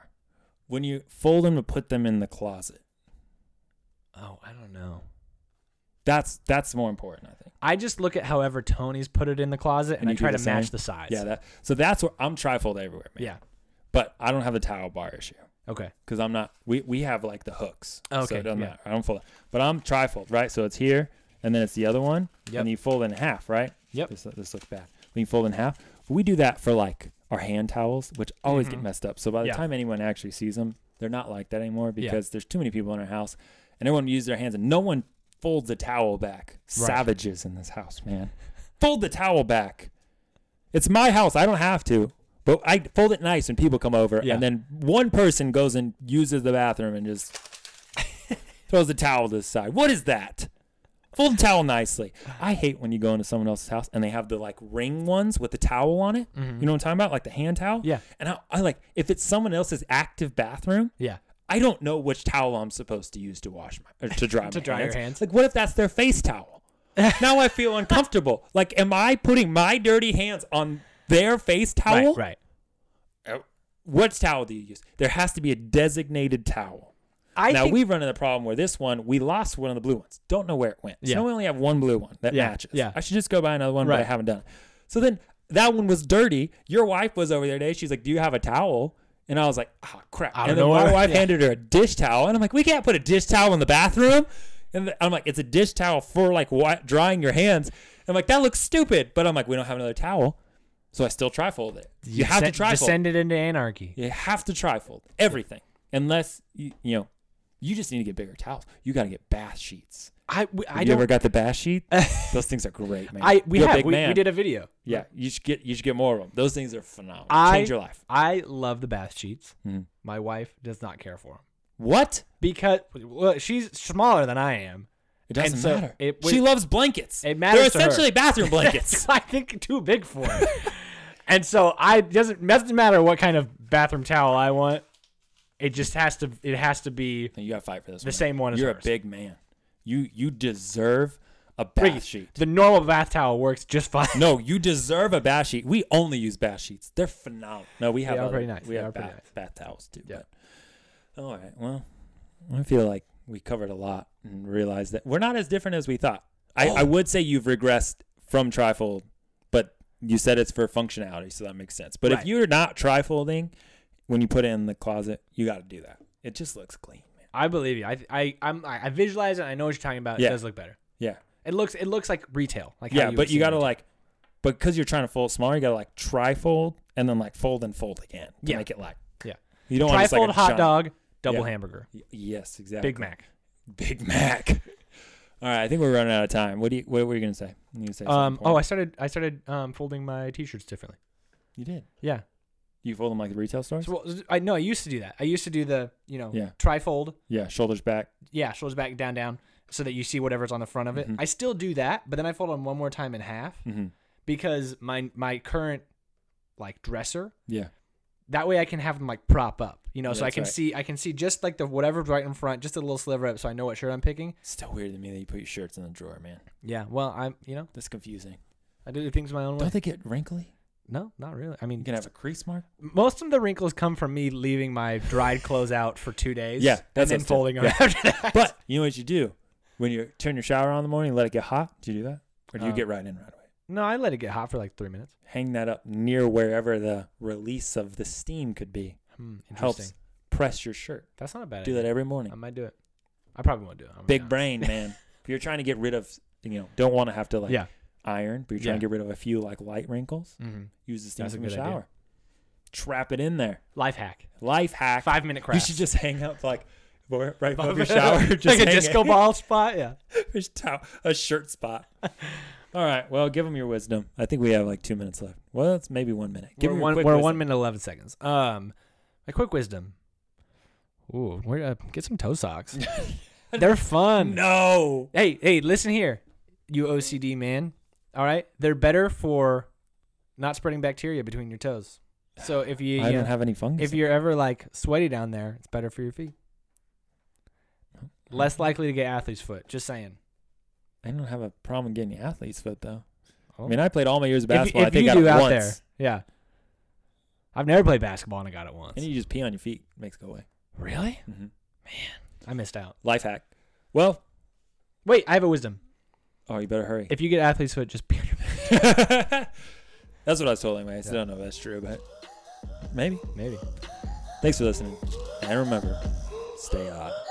[SPEAKER 2] When you fold them to put them in the closet,
[SPEAKER 1] oh I don't know.
[SPEAKER 2] that's that's more important, I think.
[SPEAKER 1] I just look at however Tony's put it in the closet and,
[SPEAKER 2] And
[SPEAKER 1] I
[SPEAKER 2] you do
[SPEAKER 1] try
[SPEAKER 2] the
[SPEAKER 1] to match
[SPEAKER 2] same?
[SPEAKER 1] the size.
[SPEAKER 2] Yeah. That. So that's where I'm trifold everywhere, man.
[SPEAKER 1] yeah.
[SPEAKER 2] But I don't have the towel bar issue.
[SPEAKER 1] Okay.
[SPEAKER 2] because I'm not. We we have like the hooks. so
[SPEAKER 1] Okay,
[SPEAKER 2] it doesn't
[SPEAKER 1] yeah.
[SPEAKER 2] matter. I don't fold it, but I'm trifold, right? So it's here, and then it's the other one,
[SPEAKER 1] Yep.
[SPEAKER 2] and you fold in half, right?
[SPEAKER 1] Yep.
[SPEAKER 2] This this looks bad. We fold in half. We do that for like our hand towels, which always get messed up. So by
[SPEAKER 1] Mm-hmm.
[SPEAKER 2] the
[SPEAKER 1] Yeah.
[SPEAKER 2] time anyone actually sees them, they're not like that anymore
[SPEAKER 1] Yeah.
[SPEAKER 2] because there's too many people in our house, and everyone uses their hands, and no one folds a towel back. Savages in this house, man. fold the towel back. It's my house. I don't have to. But I fold it nice when people come over,
[SPEAKER 1] Yeah.
[SPEAKER 2] and then one person goes and uses the bathroom and just
[SPEAKER 1] [laughs]
[SPEAKER 2] throws the towel to the side. What is that? Fold the towel nicely. I hate when you go into someone else's house and they have the like ring ones with the towel on it. You know what I'm talking about? Like the hand towel?
[SPEAKER 1] Mm-hmm. Yeah.
[SPEAKER 2] And I, I like, if it's someone else's active bathroom,
[SPEAKER 1] Yeah.
[SPEAKER 2] I don't know which towel I'm supposed to use to wash my or to dry
[SPEAKER 1] [laughs] To
[SPEAKER 2] my
[SPEAKER 1] dry your
[SPEAKER 2] hands.
[SPEAKER 1] hands.
[SPEAKER 2] Like, what if that's their
[SPEAKER 1] [laughs]
[SPEAKER 2] face towel? now I feel uncomfortable. Like, am I putting my dirty hands on their face towel?
[SPEAKER 1] Right. Right.
[SPEAKER 2] What towel do you use? There has to be a designated towel.
[SPEAKER 1] I
[SPEAKER 2] now
[SPEAKER 1] think
[SPEAKER 2] we've run into the problem where this one we lost one of the blue ones. Don't know where it went. So
[SPEAKER 1] Yeah.
[SPEAKER 2] now we only have one blue one that
[SPEAKER 1] Yeah,
[SPEAKER 2] matches.
[SPEAKER 1] yeah.
[SPEAKER 2] I should just go buy another one, but I
[SPEAKER 1] Right.
[SPEAKER 2] haven't done it. So then that one was dirty. Your wife was over there today. She's like, "Do you have a towel?" And I was like, "Oh crap!"
[SPEAKER 3] I don't
[SPEAKER 2] and then
[SPEAKER 3] know
[SPEAKER 2] my
[SPEAKER 3] what-
[SPEAKER 1] [laughs]
[SPEAKER 2] wife handed her a dish towel, and I'm like, "We can't put a dish towel in the bathroom." And th- I'm like, "It's a dish towel for like wi- drying your hands." I'm like, "That looks stupid," but I'm like, "We don't have another towel." So I still trifold it. You, have
[SPEAKER 3] sen-
[SPEAKER 2] to trifold.
[SPEAKER 3] Descended into anarchy.
[SPEAKER 2] You have to trifold everything, unless you, you know you just need to get bigger towels. You got to get bath sheets.
[SPEAKER 1] I we- I
[SPEAKER 2] Have you
[SPEAKER 1] don't
[SPEAKER 2] ever got the
[SPEAKER 1] [laughs]
[SPEAKER 2] bath sheet? Those things are great, man.
[SPEAKER 1] I we
[SPEAKER 2] You're a
[SPEAKER 1] have
[SPEAKER 2] big
[SPEAKER 1] we,
[SPEAKER 2] man.
[SPEAKER 1] we did a video.
[SPEAKER 2] Yeah, you should get you should get more of them. Those things are phenomenal.
[SPEAKER 1] I-
[SPEAKER 2] Change your life.
[SPEAKER 1] I love the bath sheets.
[SPEAKER 2] Mhm.
[SPEAKER 1] My wife does not care for them
[SPEAKER 2] What?
[SPEAKER 1] because well, she's smaller than I am.
[SPEAKER 2] It doesn't
[SPEAKER 1] And so
[SPEAKER 2] matter.
[SPEAKER 1] it
[SPEAKER 2] she
[SPEAKER 1] was-
[SPEAKER 2] loves blankets.
[SPEAKER 1] It matters
[SPEAKER 2] They're
[SPEAKER 1] to her. [laughs]
[SPEAKER 2] essentially bathroom blankets.
[SPEAKER 1] [laughs] I think too big for it. and so I doesn't doesn't matter what kind of bathroom towel I want. It just has to it has to be
[SPEAKER 2] you got to fight for this.
[SPEAKER 1] The same one as
[SPEAKER 2] You're
[SPEAKER 1] hers.
[SPEAKER 2] a big man. You you deserve a bath
[SPEAKER 1] pretty-
[SPEAKER 2] sheet.
[SPEAKER 1] The normal bath towel works just [laughs] fine.
[SPEAKER 2] [laughs] No, you deserve a bath sheet. We only use bath sheets. They're phenomenal. No, we have
[SPEAKER 1] are
[SPEAKER 2] other-
[SPEAKER 1] pretty nice. They
[SPEAKER 2] We have
[SPEAKER 1] are pretty
[SPEAKER 2] bath,
[SPEAKER 1] nice.
[SPEAKER 2] bath towels too.
[SPEAKER 1] Yeah.
[SPEAKER 2] But all right. Well, I feel like we covered a lot and realized that we're not as different as we thought. I,
[SPEAKER 1] Oh.
[SPEAKER 2] I would say you've regressed from trifold, but you said it's for functionality, so that makes sense. But if
[SPEAKER 1] Right.
[SPEAKER 2] you're not trifolding when you put it in the closet, you got to do that. It just looks clean, man.
[SPEAKER 1] I believe you. I I I'm, I I visualize it. I know what you're talking about.
[SPEAKER 2] Yeah.
[SPEAKER 1] It does look better.
[SPEAKER 2] Yeah.
[SPEAKER 1] It looks it looks like retail. Like how
[SPEAKER 2] yeah,
[SPEAKER 1] would
[SPEAKER 2] but
[SPEAKER 1] see
[SPEAKER 2] you got to
[SPEAKER 1] retail.
[SPEAKER 2] like, because you're trying to fold smaller, you got to like trifold and then like fold and fold again to
[SPEAKER 1] Yeah.
[SPEAKER 2] make it like.
[SPEAKER 1] Yeah.
[SPEAKER 2] You don't want just, like,
[SPEAKER 1] trifold
[SPEAKER 2] a
[SPEAKER 1] hot
[SPEAKER 2] giant-
[SPEAKER 1] dog, double
[SPEAKER 2] Yeah.
[SPEAKER 1] hamburger,
[SPEAKER 2] Y- Yes, exactly.
[SPEAKER 1] Big Mac.
[SPEAKER 2] [laughs] Big Mac. [laughs] All right, I think we're running out of time. What do you? What were you gonna say? You gonna say
[SPEAKER 1] Um,
[SPEAKER 2] something
[SPEAKER 1] oh,
[SPEAKER 2] important?
[SPEAKER 1] I started I started um, folding my t-shirts differently.
[SPEAKER 2] you did.
[SPEAKER 1] Yeah.
[SPEAKER 2] You fold them like the retail stores.
[SPEAKER 1] So, well, I no, I used to do that. I used to do the you know
[SPEAKER 2] Yeah.
[SPEAKER 1] trifold.
[SPEAKER 2] yeah, shoulders back.
[SPEAKER 1] Yeah, shoulders back, down, down, so that you see whatever's on the front of it.
[SPEAKER 2] Mhm.
[SPEAKER 1] I still do that, but then I fold them one more time in half
[SPEAKER 2] Mm-hmm.
[SPEAKER 1] because my my current like dresser
[SPEAKER 2] Yeah,
[SPEAKER 1] that way I can have them like prop up, you know, so I
[SPEAKER 2] That's
[SPEAKER 1] can
[SPEAKER 2] right.
[SPEAKER 1] see I can see just like the whatever's right in front, just a little sliver up, so I know what shirt I'm picking.
[SPEAKER 2] still weird to me that you put your shirts in the drawer, man.
[SPEAKER 1] Yeah, well, I'm you know
[SPEAKER 2] That's confusing.
[SPEAKER 1] I do things my own way.
[SPEAKER 2] Don't they get wrinkly?
[SPEAKER 1] no, not really. I
[SPEAKER 2] You
[SPEAKER 1] mean,
[SPEAKER 2] can have a crease mark.
[SPEAKER 1] most of the wrinkles come from me leaving my dried clothes out for two days.
[SPEAKER 2] Yeah, that's
[SPEAKER 1] and then
[SPEAKER 2] what I'm
[SPEAKER 1] folding them
[SPEAKER 2] saying.
[SPEAKER 1] after that.
[SPEAKER 2] But you know what you do when you turn your shower on in the morning, and let it get hot. Do you do that, or do you
[SPEAKER 1] Uh,
[SPEAKER 2] get right in right away?
[SPEAKER 1] No, I let it get hot for like three minutes.
[SPEAKER 2] Hang that up near wherever the release of the steam could be.
[SPEAKER 1] Hmm, interesting.
[SPEAKER 2] Helps press your shirt.
[SPEAKER 1] That's not a bad
[SPEAKER 2] Do
[SPEAKER 1] idea.
[SPEAKER 2] that every morning.
[SPEAKER 1] I might do it. I probably won't do it. I'm gonna be
[SPEAKER 2] big
[SPEAKER 1] honest. [laughs]
[SPEAKER 2] brain, man. if you're trying to get rid of, you know, don't want to have to like
[SPEAKER 1] Yeah.
[SPEAKER 2] iron, but you're trying
[SPEAKER 1] Yeah.
[SPEAKER 2] to get rid of a few like light wrinkles,
[SPEAKER 1] Mhm.
[SPEAKER 2] use the steam
[SPEAKER 1] That's a
[SPEAKER 2] from the
[SPEAKER 1] good idea.
[SPEAKER 2] shower. Trap it in there.
[SPEAKER 1] Life hack.
[SPEAKER 2] Life hack.
[SPEAKER 1] Five minute
[SPEAKER 2] you
[SPEAKER 1] craft. [laughs]
[SPEAKER 2] should just hang up like right above your shower. Just
[SPEAKER 1] like a
[SPEAKER 2] hang
[SPEAKER 1] disco
[SPEAKER 2] it.
[SPEAKER 1] ball spot. Yeah.
[SPEAKER 2] [laughs] Just towel- a shirt spot.
[SPEAKER 1] [laughs]
[SPEAKER 2] All right. Well, give them your wisdom. I think we have like two minutes left. Well, it's maybe one minute. Give
[SPEAKER 1] we're
[SPEAKER 2] 'em your
[SPEAKER 1] one,
[SPEAKER 2] quick
[SPEAKER 1] we're
[SPEAKER 2] wisdom.
[SPEAKER 1] one minute eleven seconds. Um, my quick wisdom. Ooh, where uh, get some toe
[SPEAKER 2] [laughs]
[SPEAKER 1] socks. They're fun.
[SPEAKER 2] No.
[SPEAKER 1] Hey, hey, listen here, you OCD man. All right, they're better for not spreading bacteria between your toes. So if you,
[SPEAKER 2] I
[SPEAKER 1] you
[SPEAKER 2] don't
[SPEAKER 1] know,
[SPEAKER 2] have any fungus.
[SPEAKER 1] if you're ever like sweaty down there, it's better for your feet. Less likely to get athlete's foot. Just saying.
[SPEAKER 2] I don't have a problem getting athlete's foot though. I
[SPEAKER 1] Oh.
[SPEAKER 2] mean, I played all my years of
[SPEAKER 1] If you-
[SPEAKER 2] basketball.
[SPEAKER 1] if, you
[SPEAKER 2] I think
[SPEAKER 1] do
[SPEAKER 2] I
[SPEAKER 1] out
[SPEAKER 2] once.
[SPEAKER 1] there, yeah. I've never played basketball and I got it once.
[SPEAKER 2] And you just pee on your feet. Makes it go away.
[SPEAKER 1] Really?
[SPEAKER 2] Mm-hmm.
[SPEAKER 1] I missed out.
[SPEAKER 2] Life hack. Well,
[SPEAKER 1] Wait, I have a wisdom.
[SPEAKER 2] oh, you better hurry.
[SPEAKER 1] If you get athlete's foot, just [laughs] pee on your
[SPEAKER 2] [laughs] that's what I was told anyway. So I don't know if that's true, but maybe.
[SPEAKER 1] Maybe.
[SPEAKER 2] Thanks for listening. And remember, stay hot.